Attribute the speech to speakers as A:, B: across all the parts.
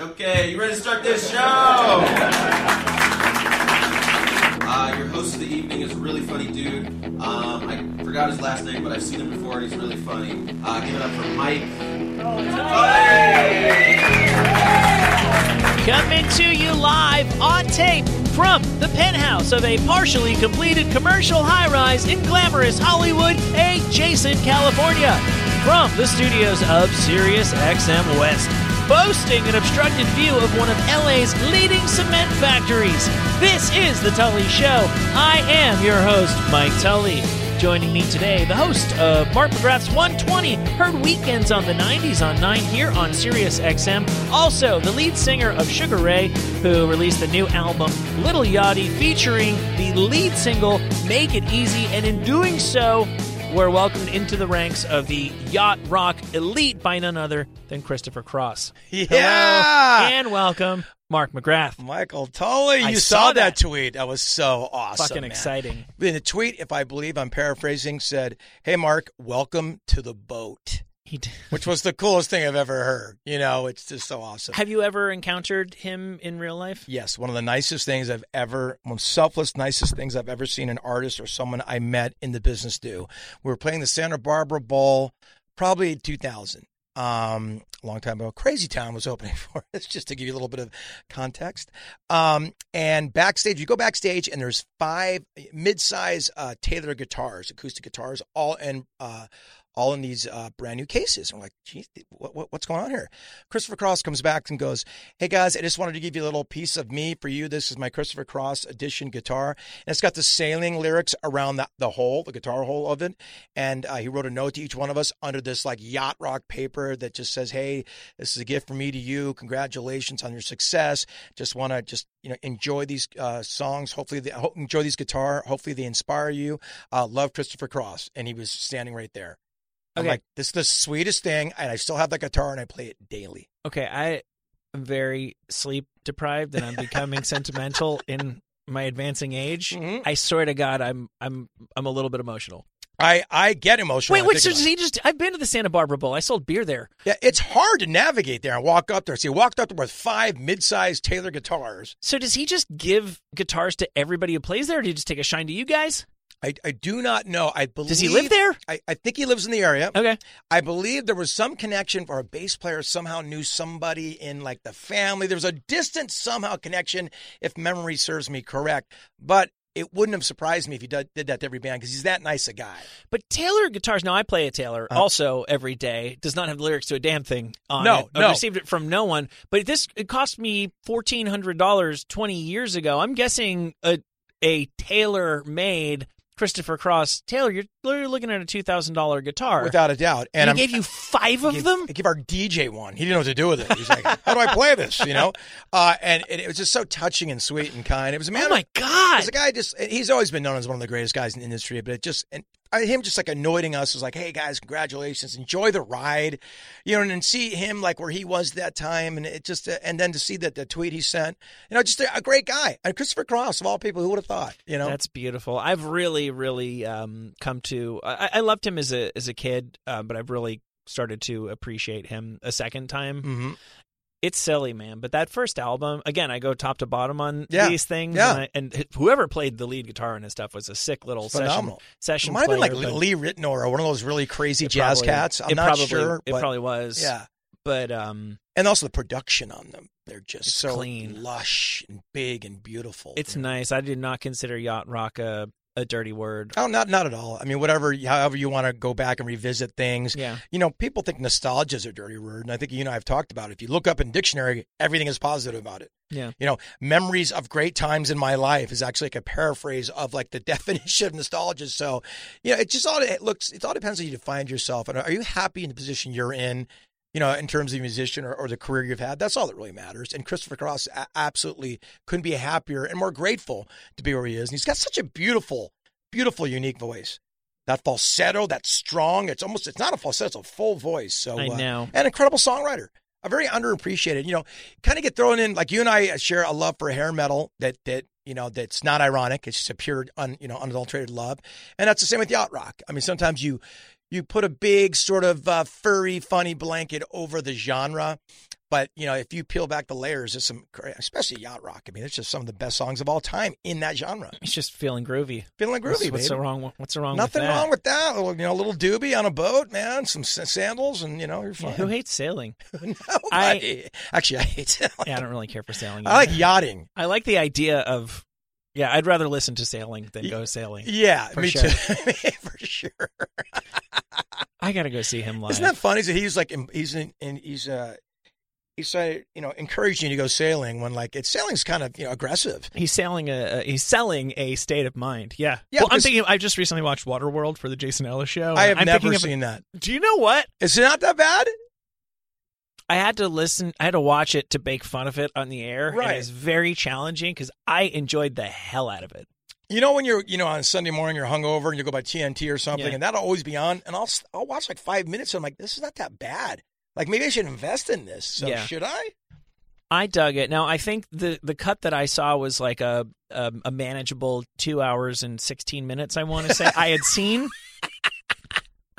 A: Okay, you ready to start this show? Uh, your host of the evening is a really funny dude. Um, I forgot his last name, but I've seen him before, and he's really funny. Uh, give it up for Mike.
B: Coming to you live on tape from the penthouse of a partially completed commercial high rise in glamorous Hollywood, adjacent California. From the studios of Sirius XM West, boasting an obstructed view of one of LA's leading cement factories. This is The Tully Show. I am your host, Mike Tully. Joining me today, the host of Mark McGrath's 120, heard weekends on the 90s on 9 here on Sirius XM. Also, the lead singer of Sugar Ray, who released the new album Little Yachty, featuring the lead single Make It Easy. And in doing so, we're welcomed into the ranks of the yacht rock elite by none other than Christopher Cross.
C: Yeah.
B: And welcome, Mark McGrath.
C: Michael Tully, you
B: I saw
C: saw,
B: that.
C: that. tweet. That was so awesome.
B: Fucking
C: man.
B: exciting.
C: In the tweet, if I believe I'm paraphrasing, said, Hey, Mark, welcome to the boat,
B: He d-
C: which was the coolest thing I've ever heard. You know, it's just so awesome.
B: Have you ever encountered him in real life?
C: Yes, one of the nicest things I've ever, most selfless, nicest things I've ever seen an artist or someone I met in the business do. We were playing the Santa Barbara Bowl, probably 2000, um, a long time ago. Crazy Town was opening for us, just to give you a little bit of context. Um, and backstage, you go backstage, and there's five mid-size uh, Taylor guitars, acoustic guitars, all in. Uh, all in these uh, brand new cases. I'm like, geez, what, what, what's going on here? Christopher Cross comes back and goes, Hey guys, I just wanted to give you a little piece of me for you. This is my Christopher Cross edition guitar. And it's got the sailing lyrics around the, the hole, the guitar hole of it. And uh, he wrote a note to each one of us under this like yacht rock paper that just says, Hey, this is a gift from me to you. Congratulations on your success. Just want to just, you know, enjoy these uh, songs. Hopefully, they, ho- enjoy these guitar. Hopefully, they inspire you. Uh, love Christopher Cross. And he was standing right there. I'm
B: Okay.
C: like, this is the sweetest thing. And I still have the guitar and I play it daily.
B: Okay, I am very sleep deprived and I'm becoming sentimental in my advancing age.
C: Mhm.
B: I swear to God, I'm I'm I'm a little bit emotional.
C: I, I get emotional.
B: Wait,
C: when I
B: wait, so
C: think about
B: does
C: it.
B: he just? I've been to the Santa Barbara Bowl. I sold beer there.
C: Yeah, it's hard to navigate there and walk up there. So you walked up there with five mid-sized Taylor guitars.
B: So does he just give guitars to everybody who plays there, or do you just take a shine to you guys?
C: I, I do not know. I believe
B: Does he live there?
C: I, I think he lives in the area.
B: Okay,
C: I believe there was some connection or a bass player somehow knew somebody in like the family. There was a distant somehow connection, if memory serves me correct. But it wouldn't have surprised me if he did, did that to every band because he's that nice a guy.
B: but Taylor guitars. Now I play a Taylor
C: Uh.
B: also every day. Does not have the lyrics to a damn thing on
C: No,
B: it. I
C: no.
B: received it from no one. But this it cost me fourteen hundred dollars twenty years ago. I'm guessing a a tailor made Christopher Cross Taylor. You're literally looking at a two thousand dollar guitar.
C: Without a doubt. And
B: and he
C: I'm,
B: gave you five of
C: give,
B: them.
C: I give our DJ one. He didn't know what to do with it. He's like, "How do I play this?" You know, uh, and, and it was just so touching and sweet and kind. It was a man.
B: Oh my
C: it
B: god!
C: was a guy just. and He's always been known as one of the greatest guys in the industry, but it just and I- him just like anointing us was like, "Hey guys, congratulations! Enjoy the ride," you know, and, then see him like where he was that time, and it just and then to see that the tweet he sent, you know, just a, a great guy and Christopher Cross of all people, who would have thought, you know.
B: That's beautiful. I've really, really um, come to. I, I loved him as a as a kid, uh, but I've really started to appreciate him a second time.
C: hmm
B: It's silly, man, but that first album again. I go top to bottom on
C: Yeah.
B: these things,
C: Yeah.
B: and, I, and whoever played the lead guitar in his stuff was a sick little
C: Phenomenal.
B: session session.
C: Might have been like
B: player, but
C: Lee Ritenour or one of those really crazy
B: it
C: jazz
B: probably-
C: cats. I'm
B: it
C: not
B: probably-
C: sure,
B: It
C: but
B: probably was.
C: yeah.
B: but um,
C: and also the production on them. They're just
B: It's
C: so
B: clean.
C: lush and big and beautiful.
B: it's nice. I do not consider yacht rock a, a dirty word.
C: Oh, not not at all. I mean, whatever, however you want to go back and revisit things.
B: Yeah,
C: You know, people think nostalgia is a dirty word, and I think you and I have talked about it. If you look up in dictionary, everything is positive about it.
B: Yeah.
C: You know, memories of great times in my life is actually like a paraphrase of like the definition of nostalgia. So, you know, it just all it looks. It all depends how you define yourself, and are you happy in the position you're in? You know, in terms of musician or, or the career you've had, that's all that really matters. And Christopher Cross a- absolutely couldn't be happier and more grateful to be where he is. And he's got such a beautiful, beautiful, unique voice. That falsetto, that's strong. It's almost, it's not a falsetto, it's a full voice. So,
B: I
C: uh,
B: know.
C: an incredible songwriter. A very underappreciated, you know, kind of get thrown in. Like you and I share a love for hair metal that that you know that's not ironic. It's just a pure, un, you know, unadulterated love, and that's the same with yacht rock. I mean, sometimes you you put a big sort of uh, furry, funny blanket over the genre, But you know, if you peel back the layers, there's some, cra- especially yacht rock. I mean, it's just some of the best songs of all time in that genre.
B: It's just feeling groovy.
C: Feeling
B: What's,
C: groovy,
B: what's
C: baby.
B: the wrong? What's the wrong?
C: Nothing
B: with that?
C: wrong with that. A little, you know, a little doobie on a boat, man. Some s- sandals, and you know, you're
B: Yeah,
C: fine.
B: who hates sailing?
C: Nobody. actually, I hate sailing.
B: Yeah, I don't really care for sailing.
C: I like
B: either.
C: yachting.
B: I like the idea of. Yeah, I'd rather listen to sailing than go sailing.
C: Yeah,
B: For
C: me
B: sure.
C: too. For sure.
B: I gotta go see him live.
C: Isn't that funny? So he's like, in- he's in, in he's uh, he's uh, you know, encouraging you to go sailing when like it's sailing's kind of you know aggressive.
B: He's selling a, a he's selling a state of mind. Yeah.
C: Yeah,
B: well, I'm
C: because-
B: thinking. I just recently watched Waterworld for the Jason Ellis show.
C: I have
B: am
C: never
B: Oh, thinking
C: seen that.
B: Of, do you know what?
C: Is it not that bad?
B: I had to listen. I had to watch it to make fun of it on the air. And
C: Right.
B: it was very challenging because I enjoyed the hell out of it.
C: You know when you're you know on Sunday morning you're hungover and you go by TNT or something
B: Yeah.
C: and that'll always be on and I'll s- I'll watch like five minutes and I'm like this is not that bad like maybe I should invest in this so
B: Yeah.
C: should I
B: I dug it. Now I think the the cut that I saw was like a a, a manageable two hours and sixteen minutes. I want to say I had seen.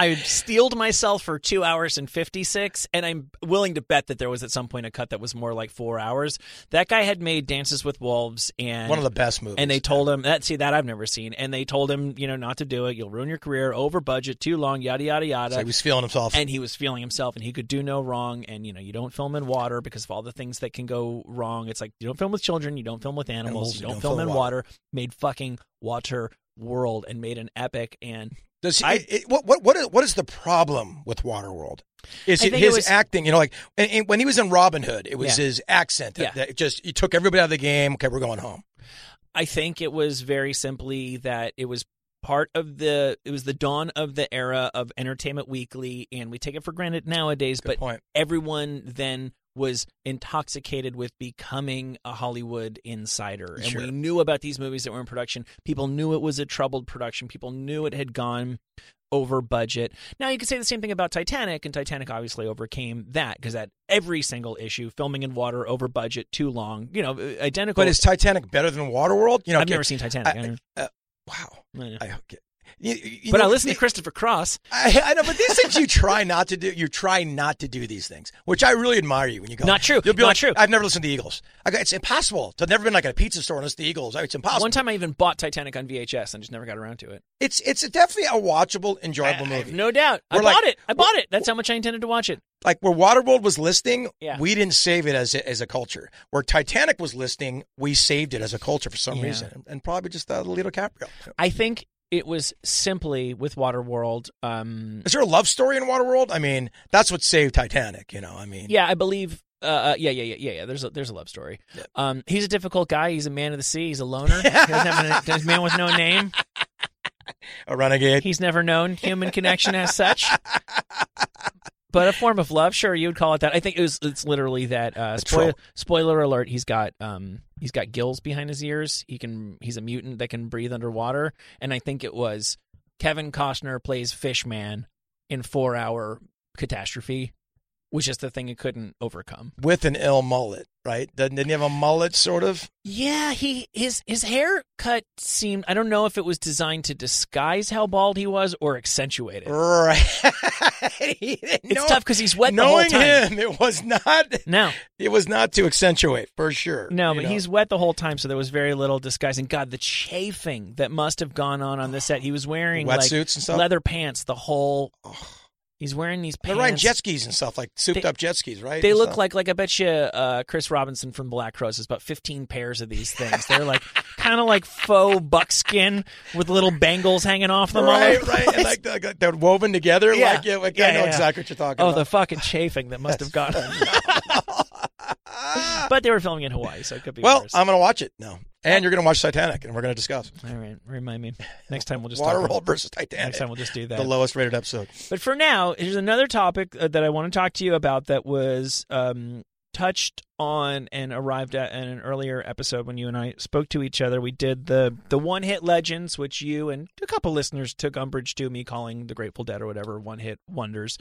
B: I had steeled myself for two hours and fifty six, and I'm willing to bet that there was at some point a cut that was more like four hours. That guy had made Dances with Wolves and
C: one of the best movies
B: and they told him that see that I've never seen, and they told him you know not to do it. You'll ruin your career, over budget, too long, yada yada yada
C: So he was feeling himself
B: and he was feeling himself and he could do no wrong and you know you don't film in water because of all the things that can go wrong it's like you don't film with children you don't film with animals, you
C: Animals,
B: don't, film, in water. made fucking water world and made an epic and
C: Does he,
B: I-
C: it- it- what what what is, what is the problem with Waterworld? Is
B: I
C: it
B: think it
C: his
B: was-
C: acting? You know, like and, and when he was in Robin Hood, it was
B: Yeah.
C: his accent that,
B: Yeah.
C: that just he took everybody out of the game. Okay, we're going home.
B: i think it was very simply that it was part of the it was the dawn of the era of entertainment weekly and we take it for granted nowadays
C: Good
B: but
C: point.
B: everyone then was intoxicated with becoming a Hollywood insider. And
C: Sure.
B: we knew about these movies that were in production. People knew it was a troubled production. People knew it had gone over budget. Now you could say the same thing about Titanic, and Titanic obviously overcame that because at every single issue, filming in water, over budget, too long, you know, identical.
C: But is Titanic better than Waterworld? You know,
B: I've
C: okay,
B: never seen Titanic. I,
C: I-
B: don't
C: wow.
B: know. I know.
C: I okay. You- you
B: but
C: know,
B: I listened
C: the-
B: to Christopher Cross.
C: I, I know, but these things you try not to do. You try not to do these things, which I really admire you when you go.
B: Not true.
C: You'll be
B: Not
C: like,
B: true.
C: I've never listened to the Eagles. I go, it's impossible. I've never been like at a pizza store unless the Eagles. It's impossible.
B: One time I even bought Titanic on VHS and just never got around to it.
C: it's it's definitely a watchable,
B: I-
C: enjoyable
B: I have
C: movie.
B: no doubt. I
C: We're like-
B: bought it. I bought it. That's how much I intended to watch it.
C: like where Waterworld was listing,
B: Yeah.
C: we didn't save it as a, as a culture. Where Titanic was listing, we saved it as a culture for some
B: Yeah.
C: reason, and probably just uh, Lito Caprio.
B: I think it was simply with Waterworld. Um,
C: Is there a love story in Waterworld? I mean, that's what saved Titanic. You know, I mean,
B: yeah, I believe. Uh, uh, yeah, yeah, yeah, yeah, yeah. There's a, there's a love story.
C: Yeah.
B: Um, he's a difficult guy. He's a man of the sea. He's a loner. He doesn't have a, he's a man with no name.
C: a renegade.
B: He's never known human connection as such. But a form of love, sure, you would call it that. I think it was. It's literally that. Uh,
C: A
B: spoil,
C: trope.
B: spoiler alert: He's got um, he's got gills behind his ears. He can. He's a mutant that can breathe underwater. And I think it was Kevin Costner plays Fishman in Four Hour Catastrophe, which is the thing he couldn't overcome.
C: with an ill mullet, right? Doesn't didn't he have a mullet, sort of?
B: Yeah, he his his haircut seemed. I don't know if it was designed to disguise how bald he was or accentuate it.
C: Right. He didn't
B: It's
C: know-
B: tough because he's wet the whole
C: Knowing
B: time.
C: him, it was not.
B: No,
C: It was not to accentuate for sure.
B: no,
C: you
B: but
C: know?
B: he's wet the whole time, so there was very little disguising. God, the chafing that must have gone on on this set. He was wearing like
C: Wetsuits and stuff?
B: leather pants the whole. He's wearing these
C: They're
B: pants.
C: riding jet skis and stuff, like souped
B: They-
C: up jet skis, right?
B: They
C: And
B: look
C: stuff.
B: like like I bet you uh, Chris Robinson from Black Crowes has about fifteen pairs of these things. They're like kind of like faux buckskin with little bangles hanging off them. all
C: right,
B: over the
C: right,
B: place.
C: and like, the- like they're woven together.
B: Yeah.
C: like, yeah, like
B: Yeah,
C: I know
B: yeah, yeah.
C: exactly what you're talking
B: oh, the
C: about.
B: fucking chafing that must have gone. but they were filming in Hawaii, so it could be
C: well, um,
B: worse.
C: I'm gonna watch it now,
B: Oh.
C: and you're gonna watch Titanic, and we're gonna discuss
B: All right, remind me next time. We'll just talk about-
C: Waterworld versus Titanic.
B: next time we'll just do that.
C: the lowest rated episode.
B: But for now, here's another topic uh, that I want to talk to you about that was um, touched on and arrived at in an earlier episode when you and I spoke to each other. We did the the one hit legends, which you and a couple listeners took umbrage to me calling the Grateful Dead or whatever one hit wonders.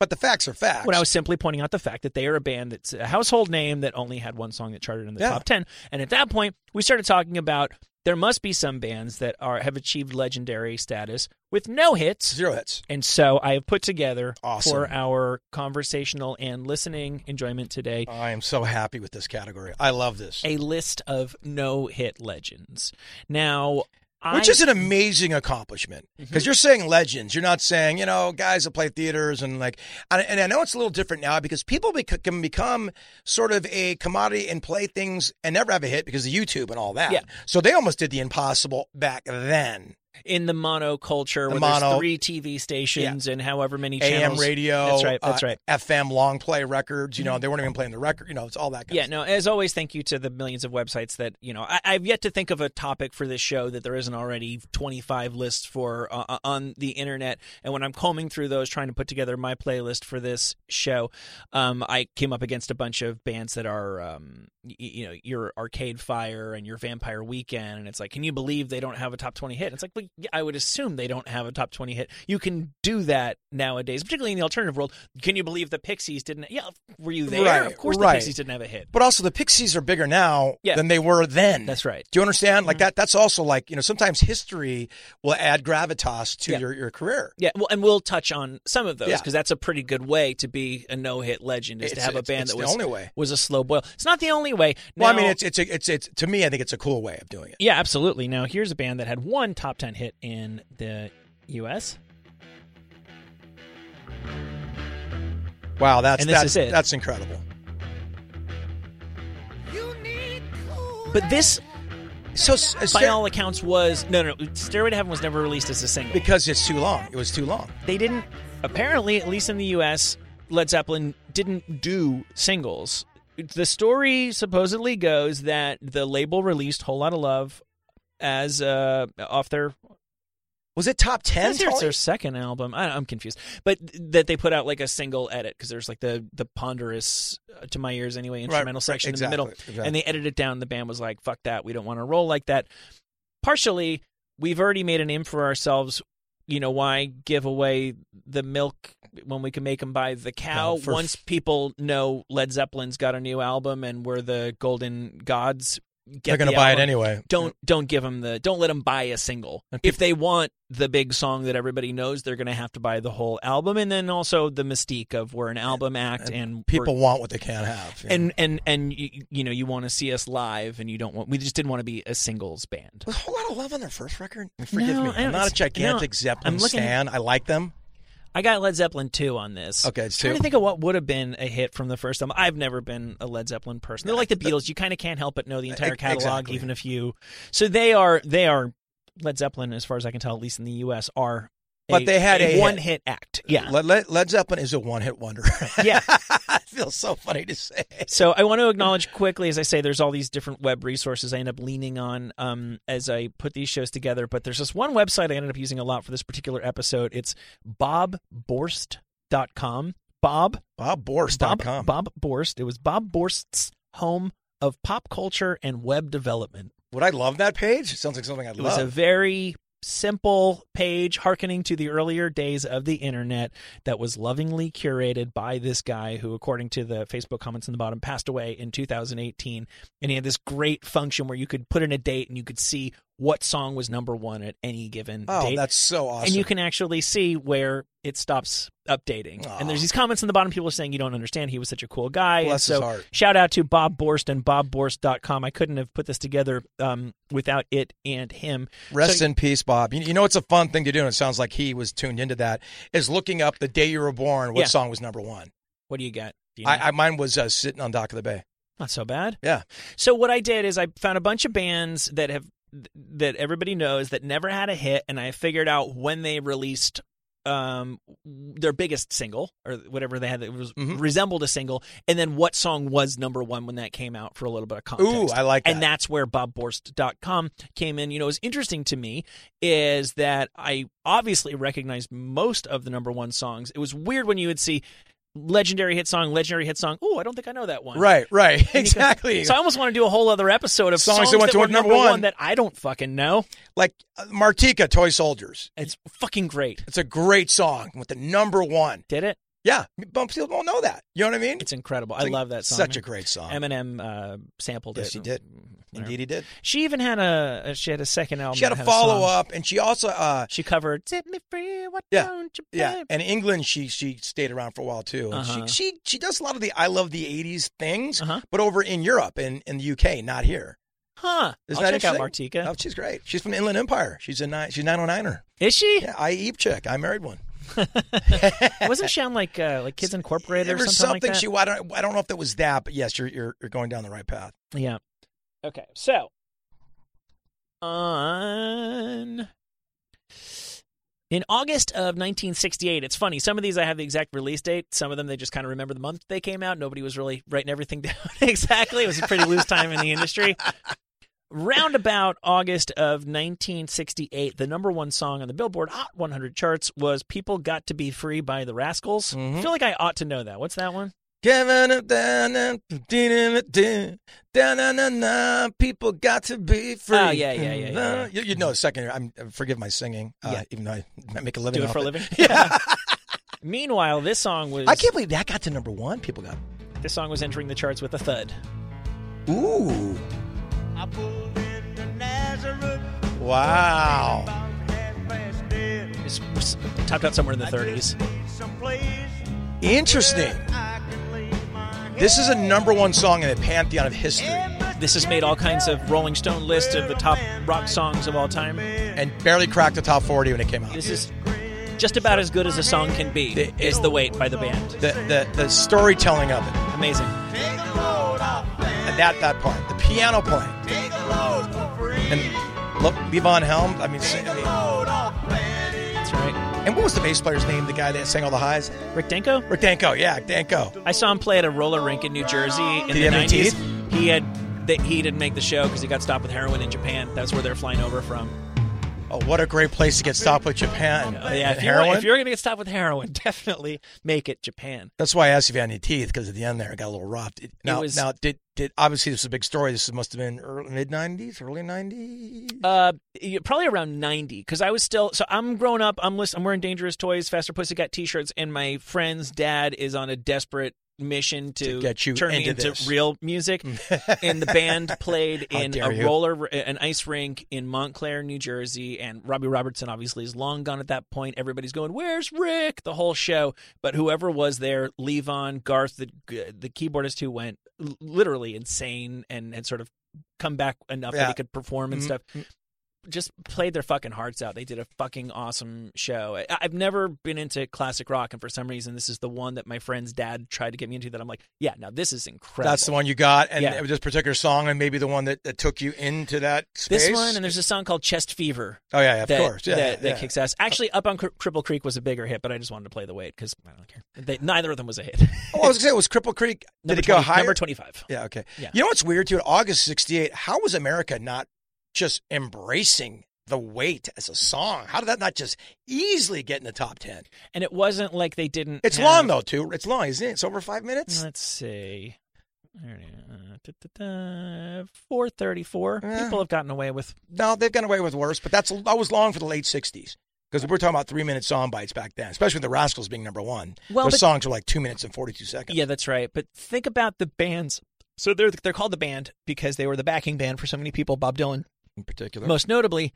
C: But the facts are facts.
B: When I was simply pointing out the fact that they are a band that's a household name that only had one song that charted in the
C: Yeah.
B: top ten, and at that point we started talking about there must be some bands that are have achieved legendary status with no hits.
C: Zero hits.
B: And so I have put together
C: Awesome.
B: for our conversational and listening enjoyment today
C: I am so happy with this category. I love this.
B: a list of no hit legends. Now,
C: Which
B: I, Mm-hmm.
C: is an amazing accomplishment because you're saying legends. You're not saying you know guys that play theaters and like. And, and I know it's a little different now because people bec- can become sort of a commodity and play things and never have a hit because of YouTube and all that.
B: Yeah.
C: So they almost did the impossible back then.
B: in the mono culture
C: The
B: where
C: mono-
B: there's three TV stations and however many
C: AM
B: channels.
C: radio.
B: That's right. That's
C: uh,
B: right. Mm-hmm.
C: FM long play records. You know they weren't even playing the record. You know it's all that. Kind
B: Yeah,
C: Of
B: no, as always, thank you to the millions of websites that, you know, I, I've yet to think of a topic for this show that there isn't already 25 lists for uh, uh, on the internet. And when I'm combing through those, trying to put together my playlist for this show, um, I came up against a bunch of bands that are, um, y- you know, your Arcade Fire and your Vampire Weekend. And it's like, can you believe they don't have a top 20 hit? It's like, well, yeah, I would assume they don't have a top 20 hit. You can do that nowadays, particularly in the alternative world. Can you believe the Pixies didn't? Yeah, were you there?
C: Right,
B: of course
C: right.
B: the Pixies didn't have a hit.
C: But also the Pixies are bigger now
B: Yeah.
C: than they were then.
B: That's mm-hmm. right.
C: Do you understand? Like that. That's also like you know sometimes history will add gravitas to
B: Yeah.
C: your your career.
B: Yeah, well, and we'll touch on some of those
C: Yeah.
B: because that's a pretty good way to be a no-hit legend is to
C: It's-
B: have a
C: it's-
B: band
C: it's
B: that
C: the
B: was
C: only way.
B: was a slow boil. It's not the only way.
C: Well, I mean,
B: Now-
C: it's it's a, it's it's to me, I think it's a cool way of doing it.
B: yeah, absolutely. Now here's a band that had one top ten hit in the U.S.
C: Wow, that's
B: And this
C: that's
B: is it.
C: that's incredible.
B: But this,
C: So s- uh, is
B: by
C: there-
B: all accounts, was no, no. no, Stairway to Heaven was never released as a single.
C: because it's too long. It was too long.
B: they didn't apparently at least in the US Led Zeppelin didn't do singles. The story supposedly goes that the label released Whole Lot of Love as uh off their
C: Was it top ten?
B: that's their,
C: Tony?
B: their second album. I, I'm confused, but that they put out like a single edit because there's like the the ponderous uh, to my ears anyway
C: Right,
B: instrumental
C: right,
B: section in the
C: exactly,
B: middle,
C: exactly.
B: and they edited it down. The band was like, "Fuck that, we don't want to roll like that." Partially, we've already made a name for ourselves. You know why give away the milk when we can make them buy the cow?
C: Well, for-
B: Once people know Led Zeppelin's got a new album and we're the golden gods, get
C: They're going
B: the
C: to buy it
B: album
C: anyway.
B: don't don't give them the don't let them buy a single
C: And
B: if they want the big song that everybody knows they're going to have to buy the whole album and then also the mystique of we're an album act and, we're-
C: People want what they can't have. you know.
B: and and and you, you know you want to see us live and you don't want we just didn't want to be a singles band
C: was a whole lot of love on their first record. I mean, forgive
B: No,
C: me,
B: I
C: I'm
B: don't-
C: not a
B: it's-
C: gigantic
B: no,
C: Zeppelin
B: I'm looking-
C: stan. I like them.
B: i got led zeppelin 2 on this
C: Okay, it's
B: trying
C: two.
B: to think of what would have been a hit from the first album i've never been a led zeppelin person they're like the beatles you kind of can't help but know the entire
C: Ex-
B: catalog
C: e, exactly.
B: even if you so they are they are led zeppelin as far as i can tell at least in the us are a-
C: But they had a hit.
B: one hit act yeah
C: Led, Led, Led Zeppelin is a one-hit wonder.
B: Yeah.
C: it feels so funny to say.
B: So I want to acknowledge quickly, as I say, there's all these different web resources I end up leaning on um, as I put these shows together. But there's this one website I ended up using a lot for this particular episode. It's bobborst.com. Bob, Bob,
C: BobBorst.com.
B: Bob Borst. It was Bob Borst's home of pop culture and web development.
C: Would I love that page? It sounds like something I'd
B: It was
C: love.
B: a very simple page hearkening to the earlier days of the internet that was lovingly curated by this guy who according to the facebook comments in the bottom passed away in 2018 and he had this great function where you could put in a date and you could see what song was number one at any given
C: oh,
B: date
C: that's so awesome.
B: and you can actually see where it stops updating.
C: Aw.
B: And there's these comments in the bottom. People are saying you don't understand. He was such a cool guy.
C: Bless
B: and so
C: his heart.
B: shout out to Bob Borst and BobBorst.com. I couldn't have put this together um, without it and him.
C: Rest
B: So-
C: in peace, Bob. You, you know, it's a fun thing to do, and it sounds like he was tuned into that, is looking up the day you were born, what
B: Yeah.
C: song was number one.
B: What do you got? Do you know?
C: I, I Mine was uh, Sitting on Dock of the Bay.
B: Not so bad.
C: Yeah.
B: So what I did is I found a bunch of bands that have that everybody knows that never had a hit, and I figured out when they released um their biggest single or whatever they had that was
C: Mhm.
B: resembled a single, and then what song was number one when that came out for a little bit of context.
C: Ooh, I like that.
B: And that's where BobBorst.com came in. You know, what's interesting to me is that I obviously recognized most of the number one songs. It was weird when you would see legendary hit song, legendary hit song. Oh, I don't think I know that one.
C: right, right.
B: And you go-
C: Exactly.
B: So I almost want to do a whole other episode of songs, that went to were number, one. that I don't fucking know.
C: like uh, Martika, Toy Soldiers.
B: It's fucking great.
C: It's a great song with the number one.
B: Did it?
C: Yeah. Bump people don't know that. You know what I mean?
B: It's incredible. I
C: It's like
B: love that song.
C: Such a great song.
B: Eminem uh, sampled
C: Yes,
B: it.
C: he did. Indeed, he did.
B: She even had a she had a second album.
C: She had
B: that
C: a
B: song.
C: follow up, and she also, uh,
B: She covered "Set Me Free." What
C: Yeah.
B: don't you
C: yeah,
B: babe?"
C: and England, she she stayed around for a while too. And
B: Eh. Uh-huh.
C: She, she she does a lot of the I love the '80s things,
B: Uh-huh.
C: but over in Europe and in, the UK, not here.
B: Huh?
C: Isn't
B: I'll
C: that
B: check out
C: interesting?
B: Martika.
C: Oh, she's great. She's from the Inland Empire. She's a nine. She's 909er.
B: Is she?
C: Yeah, I Eve chick. I married one.
B: Wasn't she on like uh, like Kids Incorporated
C: There
B: or
C: was
B: something, like that?
C: she. I don't. I don't know if that was that, but yes, you're you're, you're going down the right path.
B: Yeah. Okay. So on in August of 1968, it's funny. Some of these I have the exact release date. Some of them they just kind of remember the month they came out. Nobody was really writing everything down exactly. It was a pretty loose time in the industry. Round about August of 1968, the number one song on the Billboard Hot 100 charts was "People Got to Be Free" by the Rascals. I
C: Mhm.
B: feel like I ought to know that. What's that one?
C: Giving up, down, down, down, down, down, down, down, down. People got to be free. Uh,
B: Oh, yeah, yeah, yeah, yeah.
C: You, you know, second. I'm forgive my singing. Uh,
B: Yeah.
C: Even though I, I make a living.
B: Do it
C: off
B: for a living.
C: Yeah.
B: Meanwhile, this song was
C: I can't believe that got to number one. People got.
B: This song was entering the charts with a thud.
C: Ooh.
D: I pulled into Nazareth
C: Wow.
D: about half past ten.
B: It's it's topped out somewhere in the
D: I just
B: 30s.
D: need someplace
C: Interesting.
D: I can lay my
C: This is a number one song in the pantheon of history,
D: head.
B: This has made all kinds of Rolling Stone lists of the top rock songs of all time.
C: and barely cracked the top forty when it came out.
B: This is just about as good as a song can be.
C: The-
B: Is the wait by the band
C: The the the storytelling of it.
B: amazing?
D: Take a load off, man.
C: And that that part, the piano playing.
D: Take a load for free.
C: And look, Levon Helm. I mean,
D: Take
C: sing,
D: a
C: I mean,
D: load off, man.
B: That's right.
C: and what was the bass player's name? The guy that sang all the highs.
B: Rick Danko.
C: Rick Danko. Yeah, Danko.
B: I saw him play at a roller rink in New Jersey in
C: Did
B: the
C: he have any
B: 90s. He had that he didn't make the show because he got stopped with heroin in Japan. That's where they're flying over from.
C: Oh, what a great place to get stopped with Japan.
B: Oh, yeah,
C: And
B: if, you
C: heroin.
B: want- if you're gonna get stopped with heroin, definitely make it Japan.
C: That's why I asked if you had any teeth because at the end there it got a little rough. It- now,
B: was-
C: now, did did obviously this is a big story. This must have been early, mid '90s, early '90s.
B: Uh, y- probably around ninety, because I was still. So I'm grown up. I'm list, I'm wearing Dangerous Toys, Faster Pussycat T-shirts, and my friend's dad is on a desperate mission to,
C: To get you
B: turn me
C: into
B: into
C: this. Mm.
B: real music. and the band played
C: How
B: in
C: dare
B: a
C: you.
B: roller, an ice rink in Montclair, New Jersey. And Robbie Robertson obviously is long gone at that point. Everybody's going, "Where's Rick?" The whole show. But whoever was there, Levon, Garth, the the keyboardist who went l- literally insane and had sort of come back enough that
C: Yeah.
B: he could perform and
C: Mm,
B: stuff just played their fucking hearts out. They did a fucking awesome show. I, I've never been into classic rock, and for some reason, this is the one that my friend's dad tried to get me into. That I'm like, yeah, now this is incredible.
C: That's the one you got, and
B: Yeah.
C: this particular song, and maybe the one that, that took you into that space.
B: This one, and there's a song called Chest Fever.
C: oh yeah, yeah, of
B: that,
C: course, yeah,
B: that, that
C: yeah.
B: kicks ass. Actually, up on Cri- Cripple Creek was a bigger hit, but I just wanted to play the wait because I don't care. They, neither of them was a hit. Did
C: Oh, I was gonna say it was Cripple Creek. Did
B: number
C: it go
B: 20
C: higher?
B: Number twenty-five.
C: Yeah, okay.
B: Yeah.
C: You know what's weird too? In August '68, how was America not just embracing the weight as a song? How did that not just easily get in the top ten?
B: And it wasn't like they didn't.
C: It's
B: have-
C: long though, too. It's long, isn't it? It's over five minutes.
B: Let's see. uh, Four thirty-four.
C: Yeah.
B: People have gotten away with
C: No, they've gotten away with worse, but that's that was long for the late '60s because we were talking about three minute song bites back then, especially with the Rascals being number one.
B: Well,
C: Their
B: but-
C: songs were like two minutes and forty two seconds.
B: Yeah, that's right. But think about the bands. So they're they're called the band because they were the backing band for so many people. Bob Dylan,
C: in particular.
B: most notably,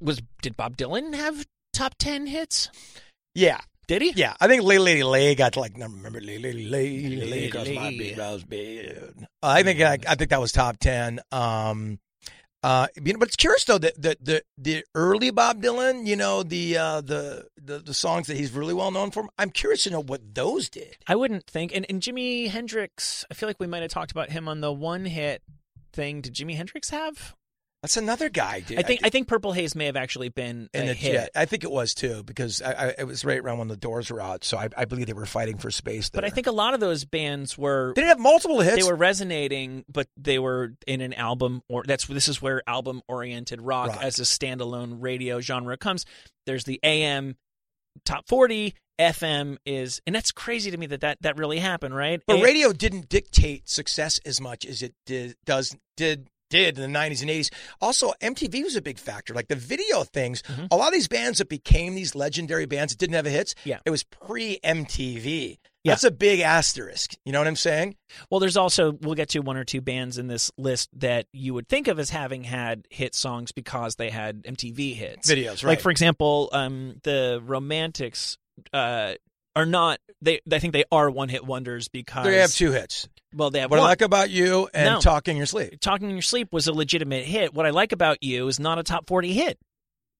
B: was did Bob Dylan have top ten hits?
C: yeah,
B: Did he?
C: yeah. I think "Lay Lady Lay" got to like number. Remember "Lay Lady Lay" lay across my
B: Lay.
C: big brows bed. Uh, I think I, I think that was top ten. Um, uh, you know, but it's curious though that the, the the early Bob Dylan, you know, the uh the, the the songs that he's really well known for. I'm curious to know what those did.
B: I wouldn't think. And and Jimi Hendrix, I feel like we might have talked about him on the one hit thing. Did Jimi Hendrix have?
C: That's another guy. Did
B: I think I think Purple Haze may have actually been
C: And
B: a
C: the
B: hit.
C: jet. I think it was too because I, I it was right around when the doors were out, so I, I believe they were fighting for space. There.
B: But I think a lot of those bands were
C: they didn't have multiple hits.
B: they were resonating, but they were in an album or that's this is where album oriented rock,
C: Rock.
B: as a standalone radio genre comes. There's the AM top 40, FM is and that's crazy to me that that, that really happened, right?
C: but
B: A-
C: radio didn't dictate success as much as it did, does did did in the 90s and 80s. Also, MTV was a big factor. Like the video things,
B: Mhm.
C: a lot of these bands that became these legendary bands that didn't have hits,
B: Yeah.
C: it was pre MTV.
B: Yeah.
C: That's a big asterisk. You know what I'm saying?
B: Well, there's also we'll get to one or two bands in this list that you would think of as having had hit songs because they had MTV hits.
C: Videos, right?
B: Like for example, um, the Romantics uh, are not they. I think they are one hit wonders because
C: they have two hits.
B: Well, they have
C: What I
B: one.
C: like about you and
B: No.
C: talking your sleep,
B: Talking in Your Sleep was a legitimate hit. What I like about you is not a top forty hit.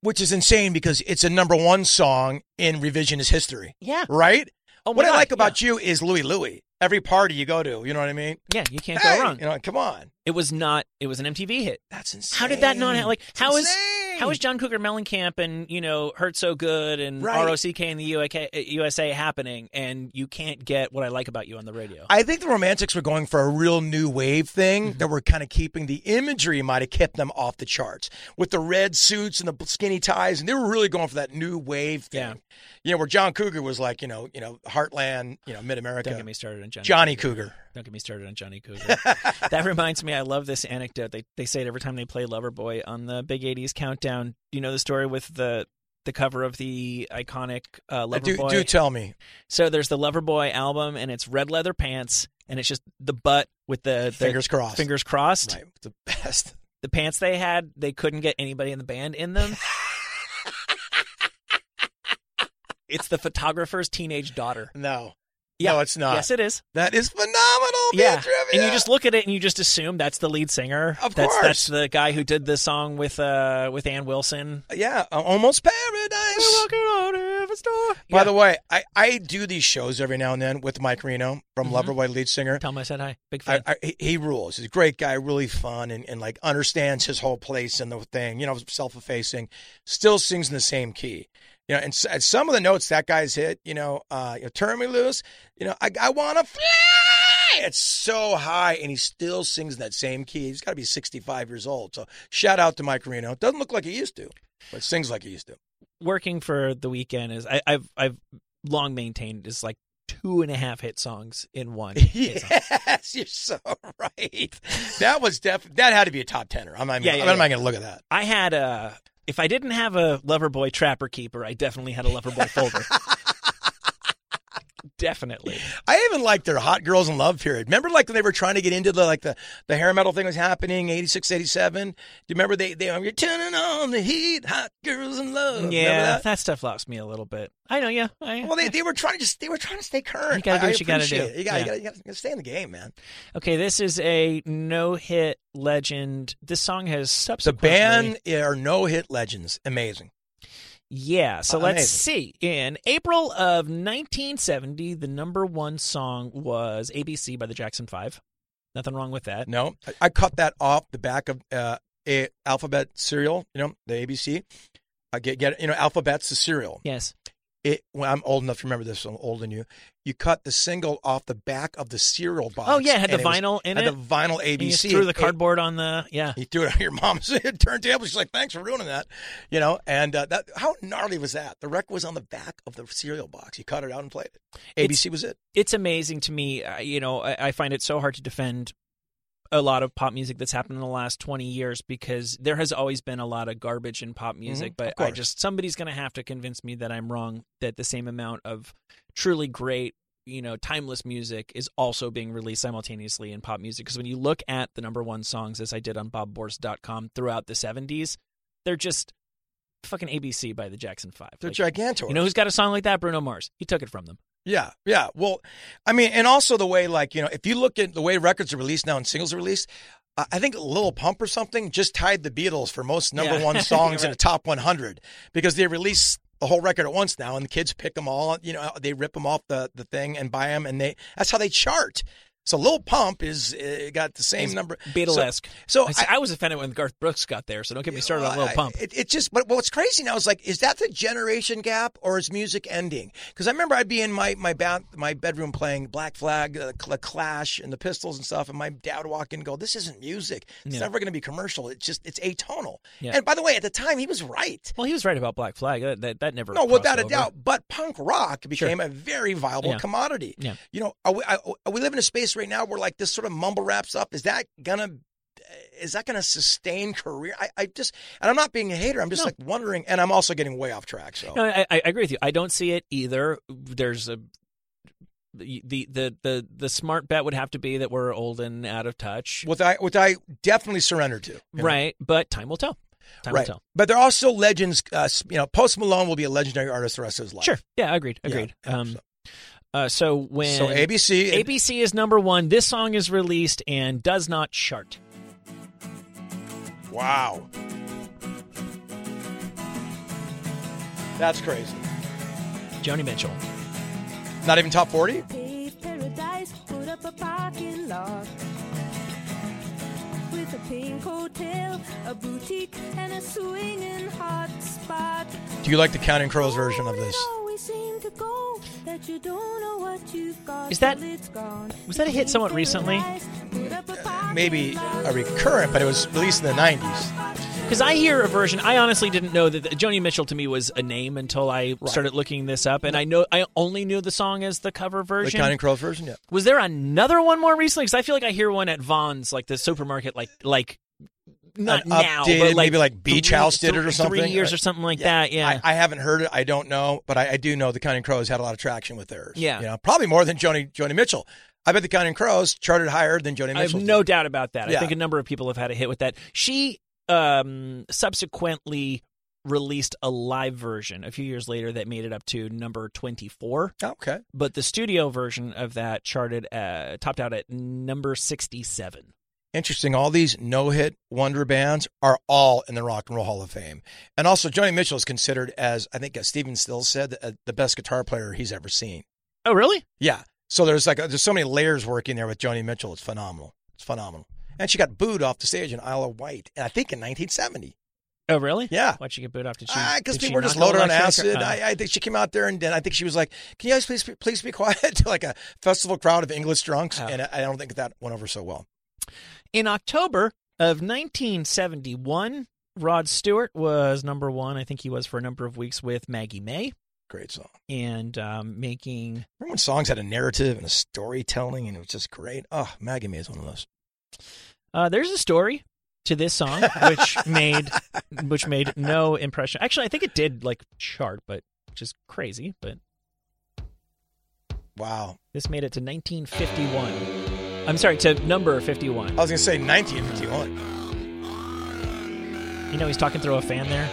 C: which is insane because it's a number one song in revisionist history,
B: Yeah.
C: right?
B: Oh, my
C: what I
B: God,
C: like about you is Louie Louie. Every party you go to, you know what I mean?
B: yeah. yeah, you can't
C: Hey,
B: go wrong.
C: You know, come on,
B: It was not. It was an MTV hit.
C: that's insane.
B: How did that not ha- like?
C: It's
B: How is
C: insane.
B: how is John Cougar Mellencamp and you know Hurt so good and
C: Right.
B: ROCK and the UK, uh, USA happening and you can't get what I like about you on the radio?
C: I think the Romantics were going for a real new wave thing
B: Mm-hmm.
C: that were kind of keeping the imagery might have kept them off the charts with the red suits and the skinny ties, and they were really going for that new wave thing.
B: Yeah.
C: You know, where John Cougar was like, you know, you know, Heartland, you know, Mid
B: Don't
C: America,
B: get me started on Johnny.
C: Johnny Cougar. Uh,
B: Don't get me started on Johnny Cougar. that reminds me, I love this anecdote. They they say it every time they play Loverboy on the Big 80s Countdown. You know the story with the the cover of the iconic uh,
C: Uh, Do,
B: Loverboy.
C: do tell me,
B: so there's the Loverboy album and it's red leather pants and it's just the butt with the, the
C: fingers crossed.
B: fingers crossed.
C: right, the best.
B: the pants they had, they couldn't get anybody in the band in them. it's the photographer's teenage daughter.
C: No,
B: Yeah.
C: no, it's not.
B: yes, it is.
C: that is phenomenal.
B: Yeah,
C: Beatrice,
B: and you
C: yeah.
B: just look at it and you just assume that's the lead singer.
C: Of
B: that's,
C: course.
B: that's the guy who did the song with uh with Ann Wilson.
C: yeah, uh, almost paradise. By the way, I, I do these shows every now and then with Mike Reno from
B: Mhm.
C: Loverboy lead singer.
B: Tell him I said hi. Big
C: I,
B: fan.
C: I, he- he rules. He's a great guy, really fun, and, and like understands his whole place and the thing. You know, self-effacing. Still sings in the same key. You know, and, s- and some of the notes that guy's hit. You know, uh, you know, turn me loose. You know, I, I want to fly. It's so high, and he still sings in that same key. He's got to be 65 years old. So shout out to Mike Reno. Doesn't look like he used to, but sings like he used to.
B: Working for the weekend is I, I've I've long maintained is like two and a half hit songs in one. hit song.
C: Yes, you're so right. That was def. That had to be a top tenner. I'm not. Even,
B: Yeah, yeah,
C: I'm not
B: yeah.
C: going to look at that.
B: I had a. If I didn't have a Loverboy Trapper Keeper, I definitely had a Loverboy folder. definitely.
C: I even liked their hot girls in love period. Remember, like when they were trying to get into the like the, the hair metal thing was happening, 86, 87? Do you remember they they were turning on the heat, hot girls in love? Remember
B: Yeah, that?
C: that?
B: stuff lost me a little bit. I know. Yeah. I,
C: Well, they, they were trying to just they were trying to stay current.
B: You gotta do
C: I- I
B: what you gotta do.
C: appreciate it. You gotta,
B: Yeah.
C: you, gotta, you gotta stay in the game, man.
B: okay, this is a no-hit legend. This song has
C: The
B: subsequently.
C: band are no hit legends. Amazing.
B: Yeah. So
C: Uh,
B: let's
C: amazing.
B: see. In April of 1970, the number one song was "ABC" by the Jackson Five. Nothing wrong with that.
C: No, I, I cut that off the back of uh, a alphabet cereal. You know the ABC. I get get you know alphabet's the cereal.
B: Yes.
C: It when I'm old enough to remember this. I'm older than you. You cut the single off the back of the cereal box.
B: Oh yeah, it had the
C: and it was-
B: vinyl in
C: had
B: it.
C: the vinyl
B: and you
C: ABC.
B: threw the
C: It-
B: cardboard on the yeah.
C: He threw it on your mom's turntable. She's like, "Thanks for ruining that," you know. And uh, that, how gnarly was that? The record was on the back of the cereal box. You cut it out and played it. ABC was it?
B: it's amazing to me. I- You know, I, I find it so hard to defend a lot of pop music that's happened in the last 20 years because there has always been a lot of garbage in pop music
C: Mhm,
B: but
C: of
B: i
C: course.
B: just somebody's going to have to convince me that i'm wrong that the same amount of truly great you know timeless music is also being released simultaneously in pop music because when you look at the number one songs as i did on bobborst.com throughout the 70s they're just fucking abc by the jackson 5
C: They're
B: Like,
C: gigantor.
B: you know who's got a song like that bruno mars he took it from them
C: Yeah, yeah. Well, I mean, and also the way, like, you know, if you look at the way records are released now and singles are released, I I think Lil Pump or something just tied the Beatles for most number
B: Yeah.
C: one songs in
B: Right.
C: the top 100 because they release the whole record at once now, and the kids pick them all. You know, they rip them off the the thing and buy them, and they that's how they chart. So Lil Pump is uh, got the same
B: Is
C: number.
B: Beatlesque.
C: So,
B: I,
C: so
B: see- I was offended when Garth Brooks got there, so don't get me started on
C: Well,
B: Lil
C: I-
B: Pump.
C: It, it just, but what's crazy now is like, is that the generation gap or is music ending? Because I remember I'd be in my my ba- my bedroom playing Black Flag, uh, the Clash, and the Pistols and stuff, and my dad would walk in and go, "This isn't music. It's
B: Yeah.
C: never going to be commercial. It's just it's atonal."
B: Yeah.
C: And by the way, at the time, he was right.
B: Well, he was right about Black Flag. That that, that never
C: No, without
B: crossed
C: a
B: over.
C: doubt. But punk rock became a very viable
B: Yeah.
C: commodity.
B: Yeah.
C: You know, are we, are are we live in a space right now where like this sort of mumble rap stuff is that gonna is that gonna sustain career? I, I just and I'm not being a hater. I'm just
B: No.
C: like wondering, and I'm also getting way off track. So
B: No, I, I I agree with you. I don't see it either. There's a the the the the smart bet would have to be that we're old and out of touch,
C: What I what I definitely surrender to. you know?
B: right? But time will tell. Time will
C: Right.
B: tell.
C: But they're also legends. Uh, you know, Post Malone will be a legendary artist the rest of his life.
B: Sure. Yeah. Agreed.
C: Yeah,
B: Agreed.
C: yeah,
B: um.
C: so-
B: Uh, so when
C: So ABC,
B: ABC is number one, this song is released and does not chart.
C: Wow. That's crazy.
B: Joni Mitchell.
C: Not even top 40?
E: paved paradise, put up a parking lot. With a pink hotel, a boutique, and a swinging hot spot. Oh,
C: Do you like the Counting Crows version of this?
B: Is that- was that a hit somewhat recently?
C: Maybe a recurrent, but it was released in the 90s.
B: Because I hear a version, I honestly didn't know that Joni Mitchell to me was a name until I started looking this up, and I know I only knew the song as the cover
C: The
B: version.
C: Counting Crows version? Yeah.
B: was there another one more recently? Because I feel like I hear one at Vaughn's, like the supermarket, like like not
C: An
B: now,
C: updated,
B: but like
C: maybe like Beach
B: three-
C: House did it or
B: three
C: something,
B: years
C: right?
B: or something like that. Yeah,
C: I, I haven't heard it. I don't know, but I, I do know the Counting Crows had a lot of traction with theirs.
B: Yeah.
C: You know, probably more than Joni, Joni Mitchell. I bet the Counting Crows charted higher than Joni Mitchell.
B: I have
C: did.
B: no doubt about that. I
C: Yeah.
B: think a number of people have had a hit with that. She um, subsequently released a live version a few years later that made it up to number 24,
C: Oh, okay.
B: but the studio version of that charted uh, topped out at number 67.
C: Interesting. All these no hit wonder bands are all in the Rock and Roll Hall of Fame. And also, Joni Mitchell is considered as, I think, as Steven Stills said, uh, the best guitar player he's ever seen.
B: Oh, really?
C: Yeah. So there's like, there's so many layers working there with Joni Mitchell. It's phenomenal. It's phenomenal. And she got booed off the stage in Isle of Wight, and I think in 1970.
B: Oh, really?
C: Yeah.
B: Why'd she get booed off? Did she?
C: Because
B: did she
C: people were just
B: not go
C: loaded on
B: electric or-
C: acid.
B: uh,
C: I, I think she came out there, and then I think she was like, "Can you guys please please be quiet?" to like a festival crowd of English drunks,
B: Oh.
C: and I I don't think that went over so well.
B: In October of 1971, Rod Stewart was number one. I think he was for a number of weeks with Maggie May
C: Great song.
B: and um, making
C: Remember when songs had a narrative and a storytelling and it was just great? Oh, Maggie May is one of those.
B: Uh, there's a story to this song which made which made no impression. Actually, I think it did like chart, but which is crazy. But
C: Wow.
B: this made it to 1951. I'm sorry, to number 51.
C: I was going to say 1951.
B: You know, he's talking through a fan there.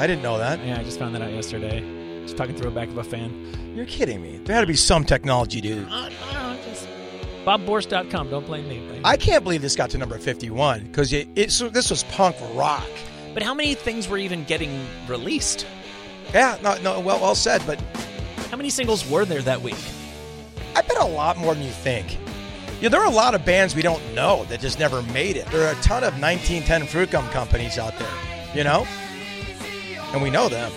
C: I didn't know that.
B: Yeah, I just found that out yesterday. Just talking through the back of a fan.
C: You're kidding me. There had to be some technology, dude.
B: Uh, I don't know, just BobBorst.com. Don't blame me. blame me.
C: I can't believe this got to number 51 because it, it, so this was punk rock.
B: but how many things were even getting released?
C: Yeah, no, no, well, well said, but
B: How many singles were there that week?
C: I bet a lot more than you think. Yeah, there are a lot of bands we don't know that just never made it. There are a ton of 1910 fruit gum companies out there, you know? And we know them.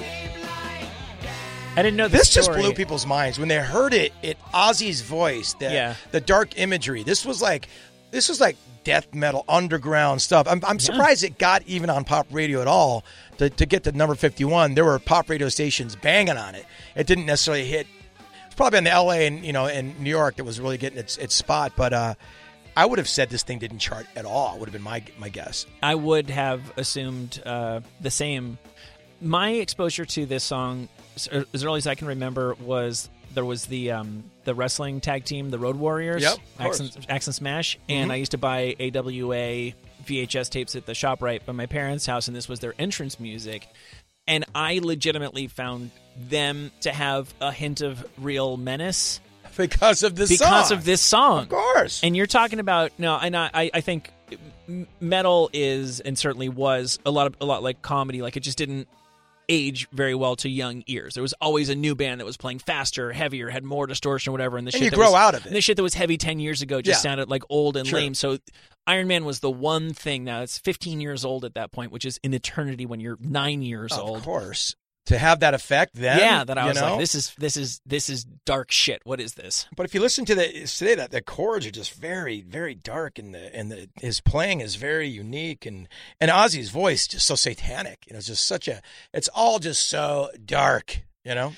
B: I didn't know
C: This just
B: story.
C: blew people's minds when they heard it. It Ozzy's voice, the
B: Yeah.
C: the dark imagery. This was like, this was like death metal underground stuff. I'm, I'm surprised it got even on pop radio at all. To, to get to number 51, there were pop radio stations banging on it. It didn't necessarily hit. It's probably in the L.A. and you know in New York that was really getting its its spot. But uh, I would have said this thing didn't chart at all. Would have been my my guess.
B: I would have assumed uh, the same. My exposure to this song, s- er, as early as I can remember, was there was the um, the wrestling tag team, the Road Warriors,
C: Yep, of course. Mm-hmm.
B: Accent, Accent Smash, and I used to buy AWA VHS tapes at the shop right by my parents' house, and this was their entrance music. And I legitimately found them to have a hint of real menace
C: Because of this
B: because
C: song.
B: of this song.
C: Of course.
B: And you're talking about no, and I, I, I think m- metal is and certainly was a lot of a lot like comedy. Like it just didn't age very well to young ears. There was always a new band that was playing faster, heavier, had more distortion, whatever. And the
C: And
B: shit
C: you
B: that
C: grow
B: was,
C: out of it.
B: and the shit that was heavy ten years ago just
C: Yeah.
B: sounded like old and
C: Sure.
B: lame. So Iron Man was the one thing. Now it's 15 years old at that point, which is an eternity when you're nine years
C: of
B: old.
C: course, to have that effect then.
B: yeah, that I
C: you
B: was
C: know?
B: like, this is this is this is dark shit. What is this?
C: But if you listen to the today, that the chords are just very, very dark, and the and the, his playing is very unique, and and Ozzy's voice just so satanic. You know, it's just such a. It's all just so dark. You know,